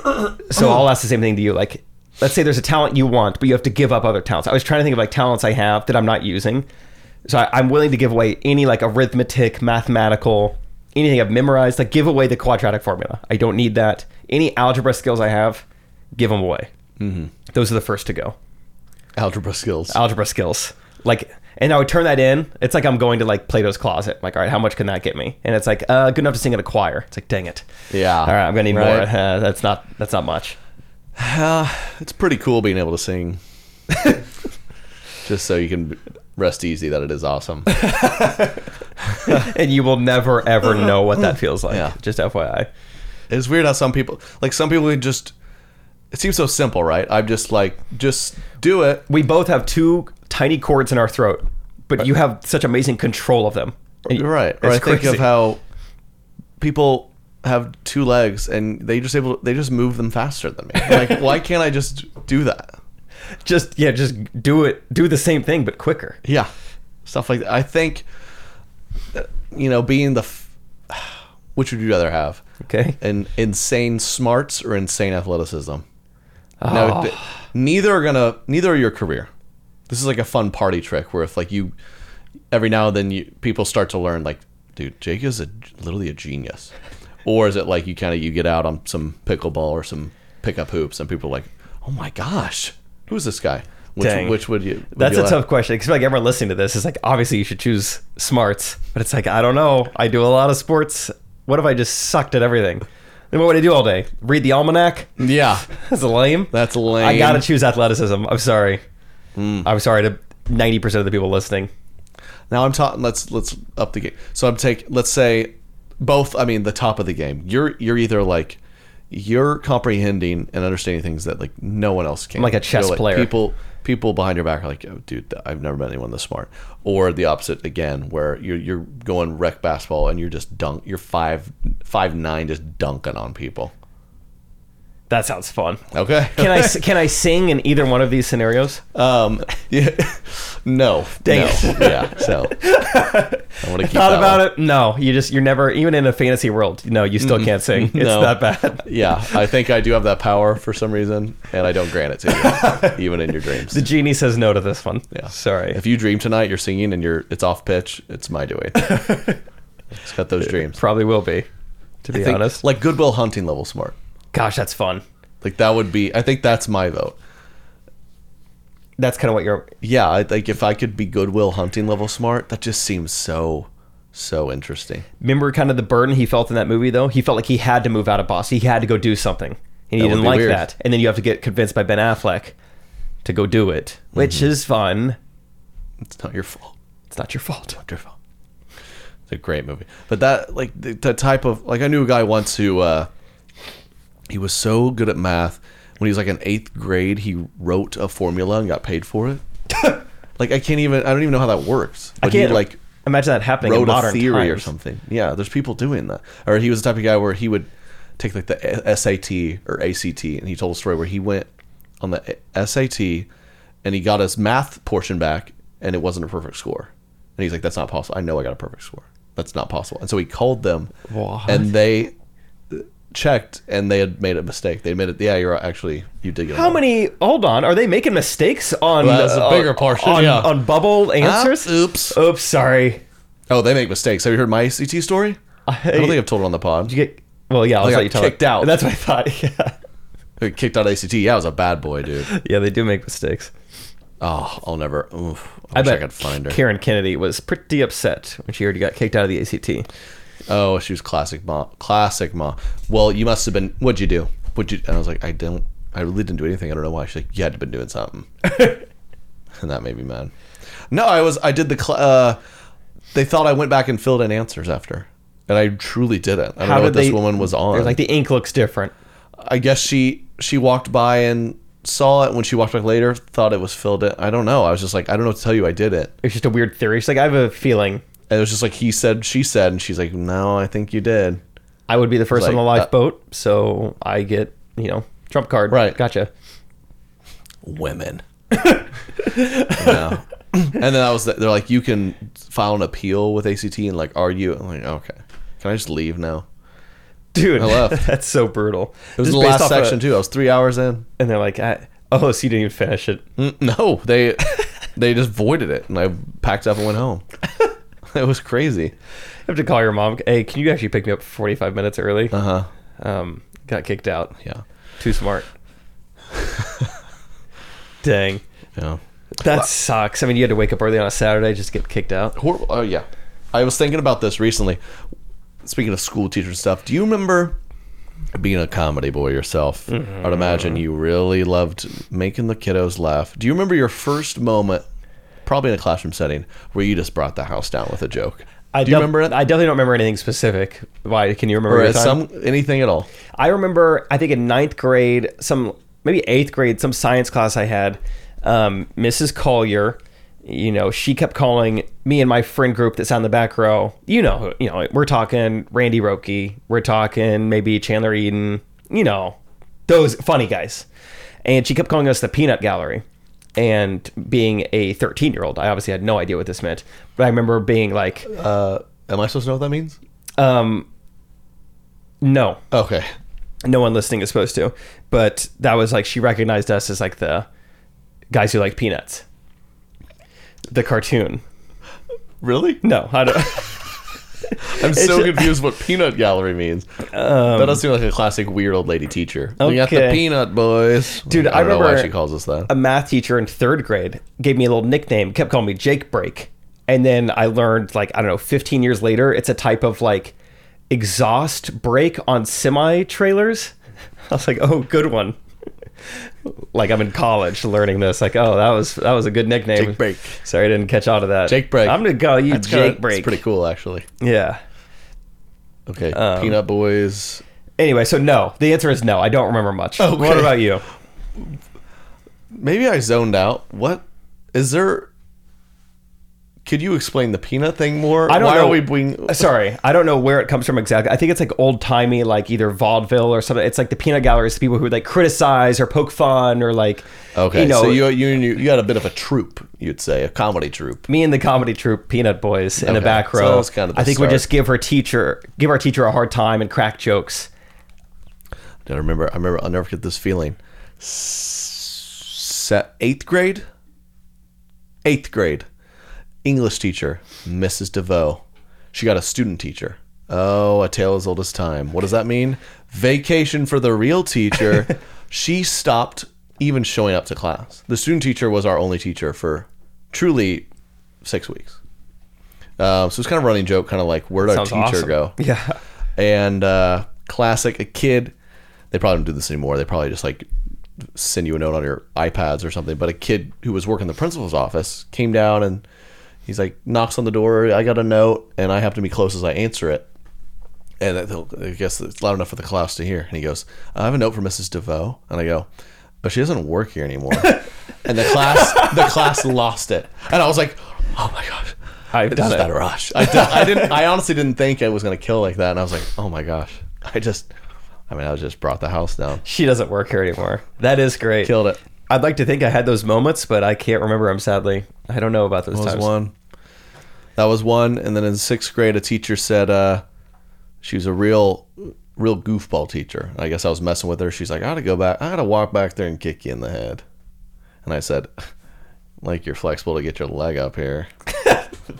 D: so I'll ask the same thing to you. Like, let's say there's a talent you want, but you have to give up other talents. I was trying to think of like talents I have that I'm not using. So I, I'm willing to give away any like arithmetic, mathematical, anything I've memorized. Like, give away the quadratic formula. I don't need that. Any algebra skills I have, give them away. Those are the first to go
B: Algebra skills.
D: algebra skills. Like, and I would turn that in. It's like I'm going to like Plato's closet. Like, all right, how much can that get me? And it's like, uh, good enough to sing in a choir. It's like, dang it.
B: Yeah.
D: All right, I'm gonna need
B: Right.
D: more. Uh, that's not that's not much.
B: It's pretty cool being able to sing. Just so you can rest easy that it is awesome.
D: And you will never ever know what that feels like.
B: Yeah.
D: Just FYI.
B: It's weird how some people, like some people, would just. It seems so simple, right? I'm just like, just do it.
D: We both have two tiny cords in our throat, but you have such amazing control of them. And-
B: You're right.
D: It's
B: Or I think
D: crazy.
B: of how people have two legs and they just able they just move them faster than me. Like, why can't I just do that?
D: just yeah, just do it. Do the same thing but quicker.
B: Yeah, stuff like that. I think, uh, you know, being the f- which would you rather have?
D: Okay.
B: an insane smarts or insane athleticism.
D: Ah.
B: No, d- neither are gonna neither are your career. This is like a fun party trick where if like you every now and then you people start to learn like, dude, Jake is a, literally a genius, or is it like you kind of you get out on some pickleball or some pickup hoops and people are like, oh my gosh, who's this guy? Which
D: Dang.
B: which would you? Would
D: That's
B: you
D: a
B: like-
D: tough question because like everyone listening to this is like, obviously you should choose smarts, but it's like I don't know. I do a lot of sports. What if I just sucked at everything? Then what would I do all day? Read the almanac?
B: Yeah,
D: That's lame.
B: that's lame. Hmm.
D: I gotta choose athleticism. I'm sorry. I'm sorry to 90 percent of the people listening.
B: Now I'm talking. Let's let's up the game. So I'm take. Let's say both. I mean, the top of the game. You're you're either like you're comprehending and understanding things that like no one else can.
D: I'm like a chess
B: You're,
D: player.
B: People people behind your back are like, oh, dude, I've never met anyone this smart. Or the opposite again, where you're you're going rec basketball and you're just dunk. You're five five nine, just dunking on people.
D: That sounds fun.
B: Okay.
D: Can I can I sing in either one of these scenarios?
B: Um. Yeah. No.
D: Dang
B: no.
D: it.
B: Yeah. So I want to keep
D: Thought
B: that
D: about
B: one.
D: it? No. You just you're never even in a fantasy world. No, you still can't sing. It's
B: No.
D: that bad.
B: Yeah, I think I do have that power for some reason, and I don't grant it to you, even in your dreams.
D: The genie says no to this one.
B: Yeah.
D: Sorry.
B: If you dream tonight, you're singing and you're it's off pitch. It's my doing. it's got those dreams.
D: Probably will be. To be
B: I think,
D: honest.
B: like Goodwill Hunting level smart.
D: Gosh, that's fun.
B: Like that would be. I think that's my vote.
D: That's kind of what you're.
B: Yeah, I think if I could be Goodwill Hunting level smart, that just seems so so interesting.
D: Remember, kind of the burden he felt in that movie, though. He felt like he had to move out of Boston. He had to go do something, and he
B: That would
D: didn't
B: be
D: like
B: weird.
D: that. And then you have to get convinced by Ben Affleck to go do it, which
B: Mm-hmm.
D: is fun.
B: It's not your fault.
D: It's not your fault.
B: Wonderful. It's a great movie. But that like the, the type of like I knew a guy once who uh he was so good at math when he was like in 8th grade he wrote a formula and got paid for it. Like I can't even. I don't even know how that works.
D: I
B: But he,
D: can't
B: like
D: imagine that happening in
B: wrote a
D: modern
B: theory
D: times.
B: or something. Yeah, there's people doing that. Or he was the type of guy where he would take like the A- SAT or ACT, and he told a story where he went on the A- SAT and he got his math portion back, and it wasn't a perfect score. And he's like, "That's not possible. I know I got a perfect score. That's not possible." And so he called them,
D: What?
B: and they checked, and they had made a mistake. They admitted, "Yeah, you're right. actually you did get." it
D: How
B: wrong."
D: many? Hold on. Are they making mistakes on
B: Well, that's a
D: uh,
B: bigger portion,
D: on,
B: yeah.
D: on bubble
B: Ah,
D: answers?
B: oops.
D: Oops, sorry.
B: Oh, they make mistakes. Have you heard my ACT story? I, don't think I've told it on the pod.
D: You get well, yeah. I'll
B: I
D: let
B: got
D: you talk.
B: kicked out.
D: That's what I thought. Yeah,
B: Got kicked out of ACT. Yeah, I was a bad boy, dude.
D: yeah. They do make mistakes.
B: Oh, I'll never. Oof, I,
D: I
B: wish
D: bet
B: I could find her.
D: Karen Kennedy was pretty upset when she already got kicked out of the ACT.
B: oh, she was classic mom. Classic mom. Well, you must have been. What'd you do? What'd you? And I was like, I don't. I really didn't do anything. I don't know why. She's like, you had to been doing something, and that made me mad. No, I was. I did the. Cl- uh, they thought I went back and filled in answers after, and I truly didn't. I don't know what this woman was on.
D: They're Like the ink looks different.
B: I guess she she walked by and saw it when she walked back later. Thought it was filled in. I don't know. I was just like, I don't know what to tell you. I did it.
D: It's just a weird theory. She's like, I have a feeling
B: And it was just like he said, she said, and she's like, No, I think you did.
D: I would be the first
B: Like,
D: on the
B: uh,
D: lifeboat, so I get you know trump card.
B: Right.
D: Gotcha.
B: Women. no. And then I was, they're like, you can file an appeal with ACT and like argue. I'm like, okay, can I just leave now?
D: Dude,
B: I left.
D: that's so brutal.
B: It was the last section too. I was three hours in.
D: and they're like, I, "Oh, so you didn't even finish it."
B: Mm, No, they they just voided it, and I packed up and went home. it was crazy.
D: You have to call your mom. Hey, can you actually pick me up 45 minutes early?
B: Uh huh.
D: Um, got kicked out.
B: Yeah.
D: Too smart. Dang,
B: Yeah.
D: that sucks. I mean, you had to wake up early on a Saturday just to get kicked out.
B: horrible. Oh yeah, I was thinking about this recently. Speaking of school teacher stuff, do you remember being a comedy boy yourself?
D: Mm-hmm.
B: I'd imagine you really loved making the kiddos laugh. Do you remember your first moment, probably in a classroom setting, where you just brought the house down with a joke?
D: I
B: do you
D: def-
B: remember it?
D: I definitely don't remember anything specific. Why? Can you remember
B: or
D: your
B: at
D: time?
B: some anything at all?
D: I remember, I think in ninth grade, some maybe eighth grade, some science class I had, um, Mrs. Collier, you know, she kept calling me and my friend group that's on the back row. You know, who- you know, we're talking Randy Roque, we're talking maybe Chandler Eden, you know, those funny guys. And she kept calling us the Peanut Gallery. And being a 13 year old, I obviously had no idea what this meant, but I remember being like,
B: Am I supposed to know what that means?
D: no.
B: Okay.
D: no one listening is supposed to but that was like she recognized us as like the guys who like peanuts the cartoon
B: Really?
D: no i don't
B: I'm so
D: It's- Um,
B: confused what peanut gallery means. that does seem like a classic weird old lady teacher. We got the
D: okay.
B: peanut boys.
D: Dude,
B: I
D: I
B: don't know why
D: remember-
B: she calls us that.
D: a math teacher in third grade gave me a little nickname kept calling me jake break and then i learned like i don't know 15 years later it's a type of like exhaust brake on semi trailers i was like oh good one like i'm in college learning this like oh that was that was a good nickname
B: Jake Brake.
D: sorry i didn't catch on to that
B: Jake Brake.
D: i'm gonna go you
B: That's kinda-
D: jake break
B: It's pretty cool, actually.
D: Yeah.
B: Okay,
D: Um,
B: Peanut Boys.
D: Anyway, so no, the answer is no. I don't remember much.
B: Okay.
D: What about you?
B: Maybe I zoned out. What is there? Could you explain the peanut thing more?
D: I don't
B: Why
D: know.
B: are we being?
D: Uh, Sorry, I don't know where it comes from exactly. I think it's like old timey, like either vaudeville or something. It's like the peanut galleries, the people who would like criticize or poke fun or like,
B: Okay,
D: you know,
B: so you, you you you got a bit of a troupe, you'd say, a comedy troupe.
D: me and the comedy troupe Peanut Boys in the
B: Okay,
D: back
B: so
D: row.
B: that was kind of the
D: I think
B: start.
D: we just give her teacher, give our teacher a hard time and crack jokes.
B: I remember. I remember. I'll never forget this feeling. Set eighth grade. Eighth grade, English teacher, Mrs. DeVoe. She got a student teacher. Oh, a tale as old as time. What does that mean? Vacation for the real teacher. she stopped even showing up to class. The student teacher was our only teacher for truly six weeks. Uh, so it's kind of a running joke, kind of like where'd our
D: Sounds
B: teacher
D: awesome.
B: go?
D: Yeah.
B: and uh, classic a kid they probably don't do this anymore they probably just like send you a note on your ipads or something but a kid who was working in the principal's office came down and he's like knocks on the door i got a note and i happen to be close as i answer it and I thought- I guess it's loud enough for the class to hear. And he goes, I have a note for Mrs. DeVoe. And I go, but she doesn't work here anymore. and the class the class lost it, and I was like, oh my gosh,
D: I've
B: this
D: done
B: is
D: it.
B: that rush. I, di- I didn't. I honestly didn't think I was gonna kill like that, and I was like, oh my gosh, I just, I mean, I just brought the house down,
D: She doesn't work here anymore. That is great.
B: killed it.
D: I'd like to think I had those moments, but I can't remember them. Sadly, I don't know about those
B: That
D: times.
B: was one. That was one. And then in sixth grade, a teacher said uh, she was a real, real goofball teacher. I guess I was messing with her. She's like, I gotta go back. I gotta walk back there and kick you in the head. And I said, like you're flexible to get your leg up here.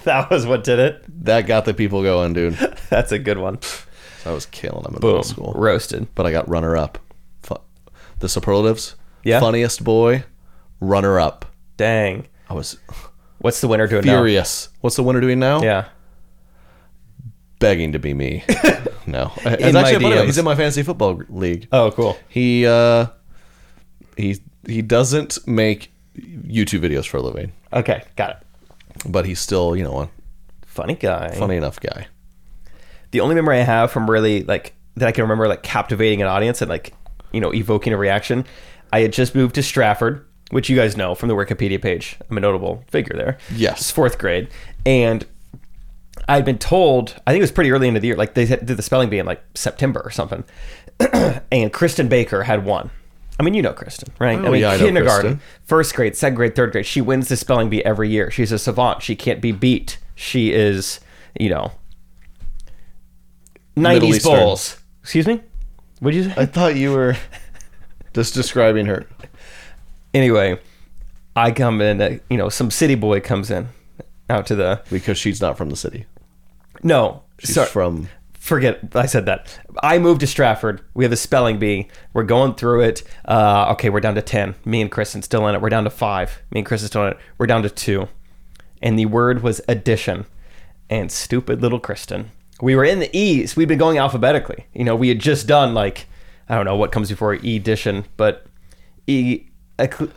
D: That was what did it.
B: That got the people going, dude.
D: That's a good one.
B: I was killing them in
D: Boom.
B: middle school.
D: Roasted.
B: But I got runner up. Fu- The superlatives.
D: Yeah.
B: Funniest boy, runner up.
D: Dang.
B: I was
D: What's the winner doing
B: furious. What's the winner doing now?
D: now? Yeah.
B: begging to be me. no, it's
D: In my
B: actually a funny
D: DMs.
B: one. he's in my fantasy football league.
D: Oh, cool.
B: He uh, he he doesn't make YouTube videos for a living,
D: Okay, got it.
B: but he's still you know a
D: Funny guy.
B: funny enough guy.
D: The only memory I have from really like that I can remember like captivating an audience and like you know evoking a reaction. I had just moved to Stratford, which you guys know from the Wikipedia page. I'm a notable figure there.
B: Yes.
D: It's fourth grade, and I'd been told, I think it was pretty early into the year, like they had- did the spelling bee in like September or something. and Kristen Baker had won. I mean, you know Kristen, right?
B: Oh,
D: I mean,
B: yeah, I know
D: kindergarten,
B: Kristen.
D: first grade, second grade, third grade. She wins the spelling bee every year. She's a savant. She can't be beat. She is, you know, 90s
B: Eastern.
D: bowls. Excuse me? What'd you say?
B: I thought you were just describing her.
D: anyway, I come in, uh, you know, some city boy comes in out to the.
B: Because she's not from the city.
D: No,
B: She's
D: sorry.
B: from
D: forget I said that. I moved to Stratford. We have a spelling bee. We're going through it. Uh, okay, we're down to 10. Me and Kristen still in it. We're down to five. Me and Kristen still in it. We're down to two. And the word was addition. And stupid little Kristen. We were in the E's. We'd been going alphabetically. You know, we had just done like, I don't know what comes before E addition, but E. Eccle-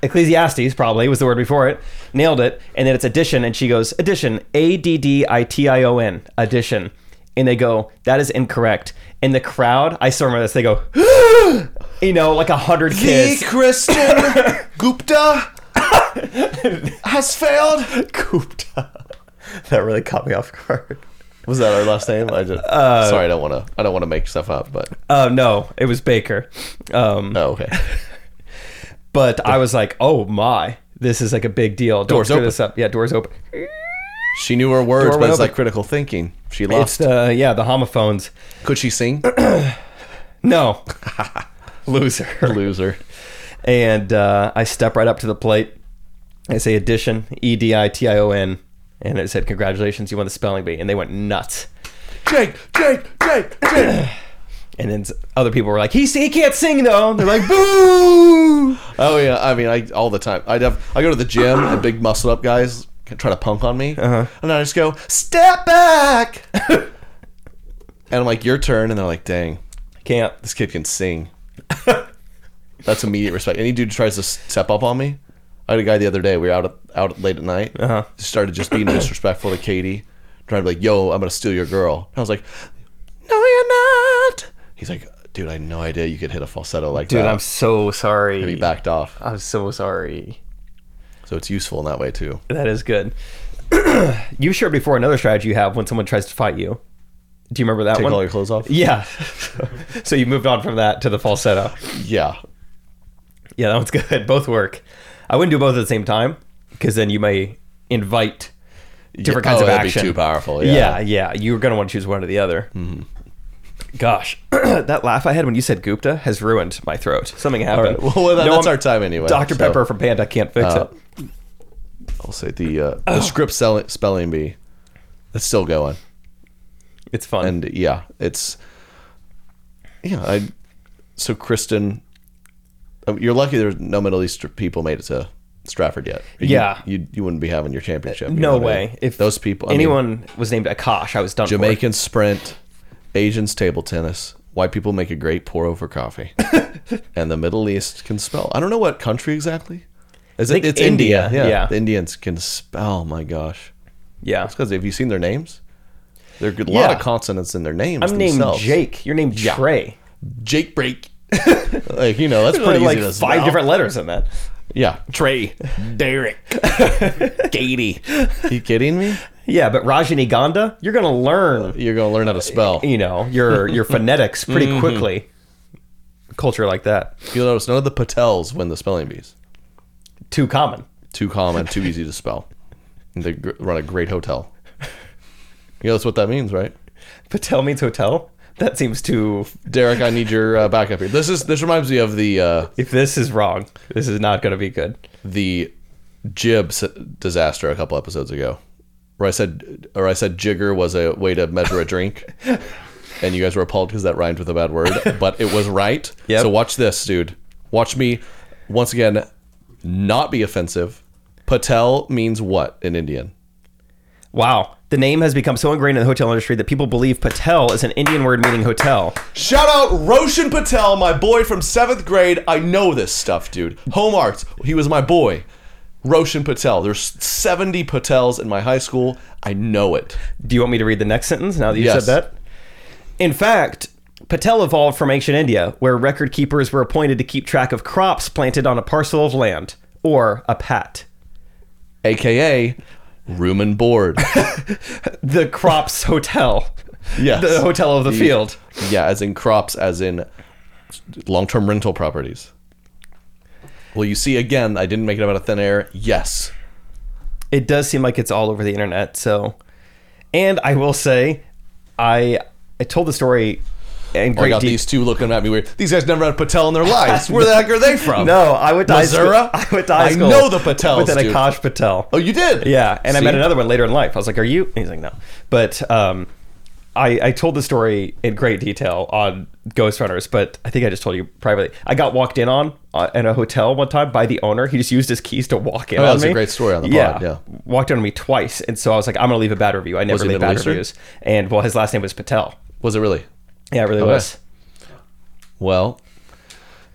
D: Ecclesiastes probably was the word before it. Nailed it. And then it's addition, and she goes addition, A D D I T I O N, addition. And they go, that is incorrect. And the crowd, I still remember this. They go, you know, like a hundred kids.
B: Kristen Gupta has failed.
D: Gupta. That really caught me off guard.
B: Was that our last name? I just sorry. I don't want to. I don't want to make stuff up. But
D: Oh no, it was Baker. Um,
B: oh, okay.
D: But I was like, oh my, this is like a big deal. Don't
B: Doors
D: screw
B: open.
D: this up. Yeah, doors open.
B: She knew her words,
D: Door
B: but it's
D: open.
B: like critical thinking. She
D: It's
B: lost.
D: the yeah the homophones.
B: Could she sing?
D: No, loser.
B: Loser.
D: and uh, I step right up to the plate. I say addition, E D I T I O N, and it said congratulations, you won the spelling bee, and they went nuts.
B: Jake, Jake, Jake, Jake.
D: And then s- other people were like, he he can't sing though. They're like, boo!
B: oh yeah, I mean, I all the time. I have, I go to the gym and big muscle up guys try to punk on me, and I just go step back, and I'm like, your turn, and they're like, dang,
D: Can't.
B: this kid can sing. That's immediate respect. Any dude tries to s- step up on me. I had a guy the other day. We were out at, out late at night. Uh-huh. Started just being disrespectful to Katie, trying to be like, "Yo, I'm gonna steal your girl." And I was like, "No, you're not." He's like, "Dude, I had no idea you could hit a falsetto like
D: Dude,
B: that."
D: I'm Uh, so
B: and he
D: sorry.
B: backed off.
D: I'm so sorry.
B: So it's useful in that way too.
D: That is good. you shared before another strategy you have when someone tries to fight you. Do you remember that
B: Take
D: one?
B: all your clothes off.
D: yeah. so you moved on from that to the falsetto.
B: Yeah.
D: Yeah, that one's good. Both work. I wouldn't do both at the same time because then you may invite different
B: Yeah.
D: kinds
B: Oh,
D: of
B: that'd be
D: action.
B: too powerful,
D: Yeah,
B: yeah. Mm-hmm.
D: yeah. You're gonna want to choose one or the other. Gosh, that laugh I had when you said Gupta has ruined my throat. Something happened.
B: right. Well, that- that's
D: I'm-
B: our time anyway,
D: Dr
B: so-
D: Pepper from Panda can't fix
B: Uh,
D: it.
B: I'll say the uh, the script sell- spelling bee. It's still going,
D: It's fun.
B: and yeah, it's yeah. I so Kristen, um, you're lucky there's no Middle East people made it to Stratford yet. You-
D: Yeah.
B: you you wouldn't be having your championship. you know
D: no
B: what I
D: way.
B: mean?
D: If
B: those people, I mean,
D: anyone was named Akash, I was done. for.
B: Jamaican sprint, Asians table tennis. White people make a great pour over coffee, and the Middle East can spell. I don't know what country exactly. Is
D: think India, yeah.
B: the Indians can spell. My gosh,
D: Yeah,
B: it's because have you seen their names? There are a lot
D: Yeah.
B: of consonants in their names.
D: I'm named
B: themselves.
D: Jake. You're named Trey.
B: Jake Break. like you know, that's
D: There's
B: pretty
D: like
B: easy to
D: five
B: spell.
D: different letters in that.
B: Yeah.
D: Trey, Derek.
B: Katie. you kidding me?
D: Yeah, but Rajini Gandha, you're gonna learn,
B: You're going to learn how to spell.
D: you know, your your phonetics pretty quickly. Culture like that,
B: You'll notice none of the Patels win the spelling bees.
D: too common.
B: Too common, too easy to spell. And they gr- run a great hotel. You know, that's what that means, right?
D: Patel means hotel. That seems too.
B: Derek, I need your uh, backup here. This is this reminds me of the uh,
D: If this is wrong, this is not gonna be good.
B: the jib s- disaster a couple episodes ago, where I said or I said jigger was a way to measure a drink, and you guys were appalled because that rhymed with a bad word, but it was right.
D: Yep.
B: So watch this, dude. Watch me once again not be offensive. Patel means what in Indian?
D: Wow, the name has become so ingrained in the hotel industry that people believe Patel is an Indian word meaning hotel.
B: Shout out Roshan Patel, my boy from seventh grade. I know this stuff, dude. Home arts. He was my boy. Roshan Patel. There's 70 Patels in my high school. I know it.
D: Do you want me to read the next sentence now that you
B: Yes.
D: said that? In fact, Patel evolved from ancient India, where record keepers were appointed to keep track of crops planted on a parcel of land, or a pat.
B: aka room and board.
D: The crops hotel.
B: Yes.
D: The hotel of the field.
B: yeah, as in crops, as in long-term rental properties. Well, you see, again, I didn't make it out of thin air. Yes,
D: It does seem like it's all over the internet, so and I will say, I I told the story in
B: I
D: great
B: Oh, got
D: de-
B: these two looking at me weird. These guys never had Patel in their lives. Where the heck are they from?
D: No, I went to high school.
B: Missouri?
D: I went to high
B: I
D: school.
B: know the Patels,
D: With an
B: dude.
D: Akash Patel.
B: Oh, you did?
D: Yeah, and I
B: See?
D: met another one later in life. I was like, "Are you?" And he's like, "No." But um, I I told the story in great detail on Ghost Runners, but I think I just told you privately. I got walked in on uh, at a hotel one time by the owner. He just used his keys to walk in.
B: Oh,
D: on
B: that was a
D: me.
B: great story on the
D: yeah,
B: pod, yeah.
D: walked in on me twice, and so I was like, "I'm gonna leave a bad review." I never
B: he
D: leave
B: Middle
D: bad
B: Eastern?
D: reviews. And well, his last name was Patel.
B: Was it really?
D: Yeah, it really
B: Okay.
D: was.
B: Well,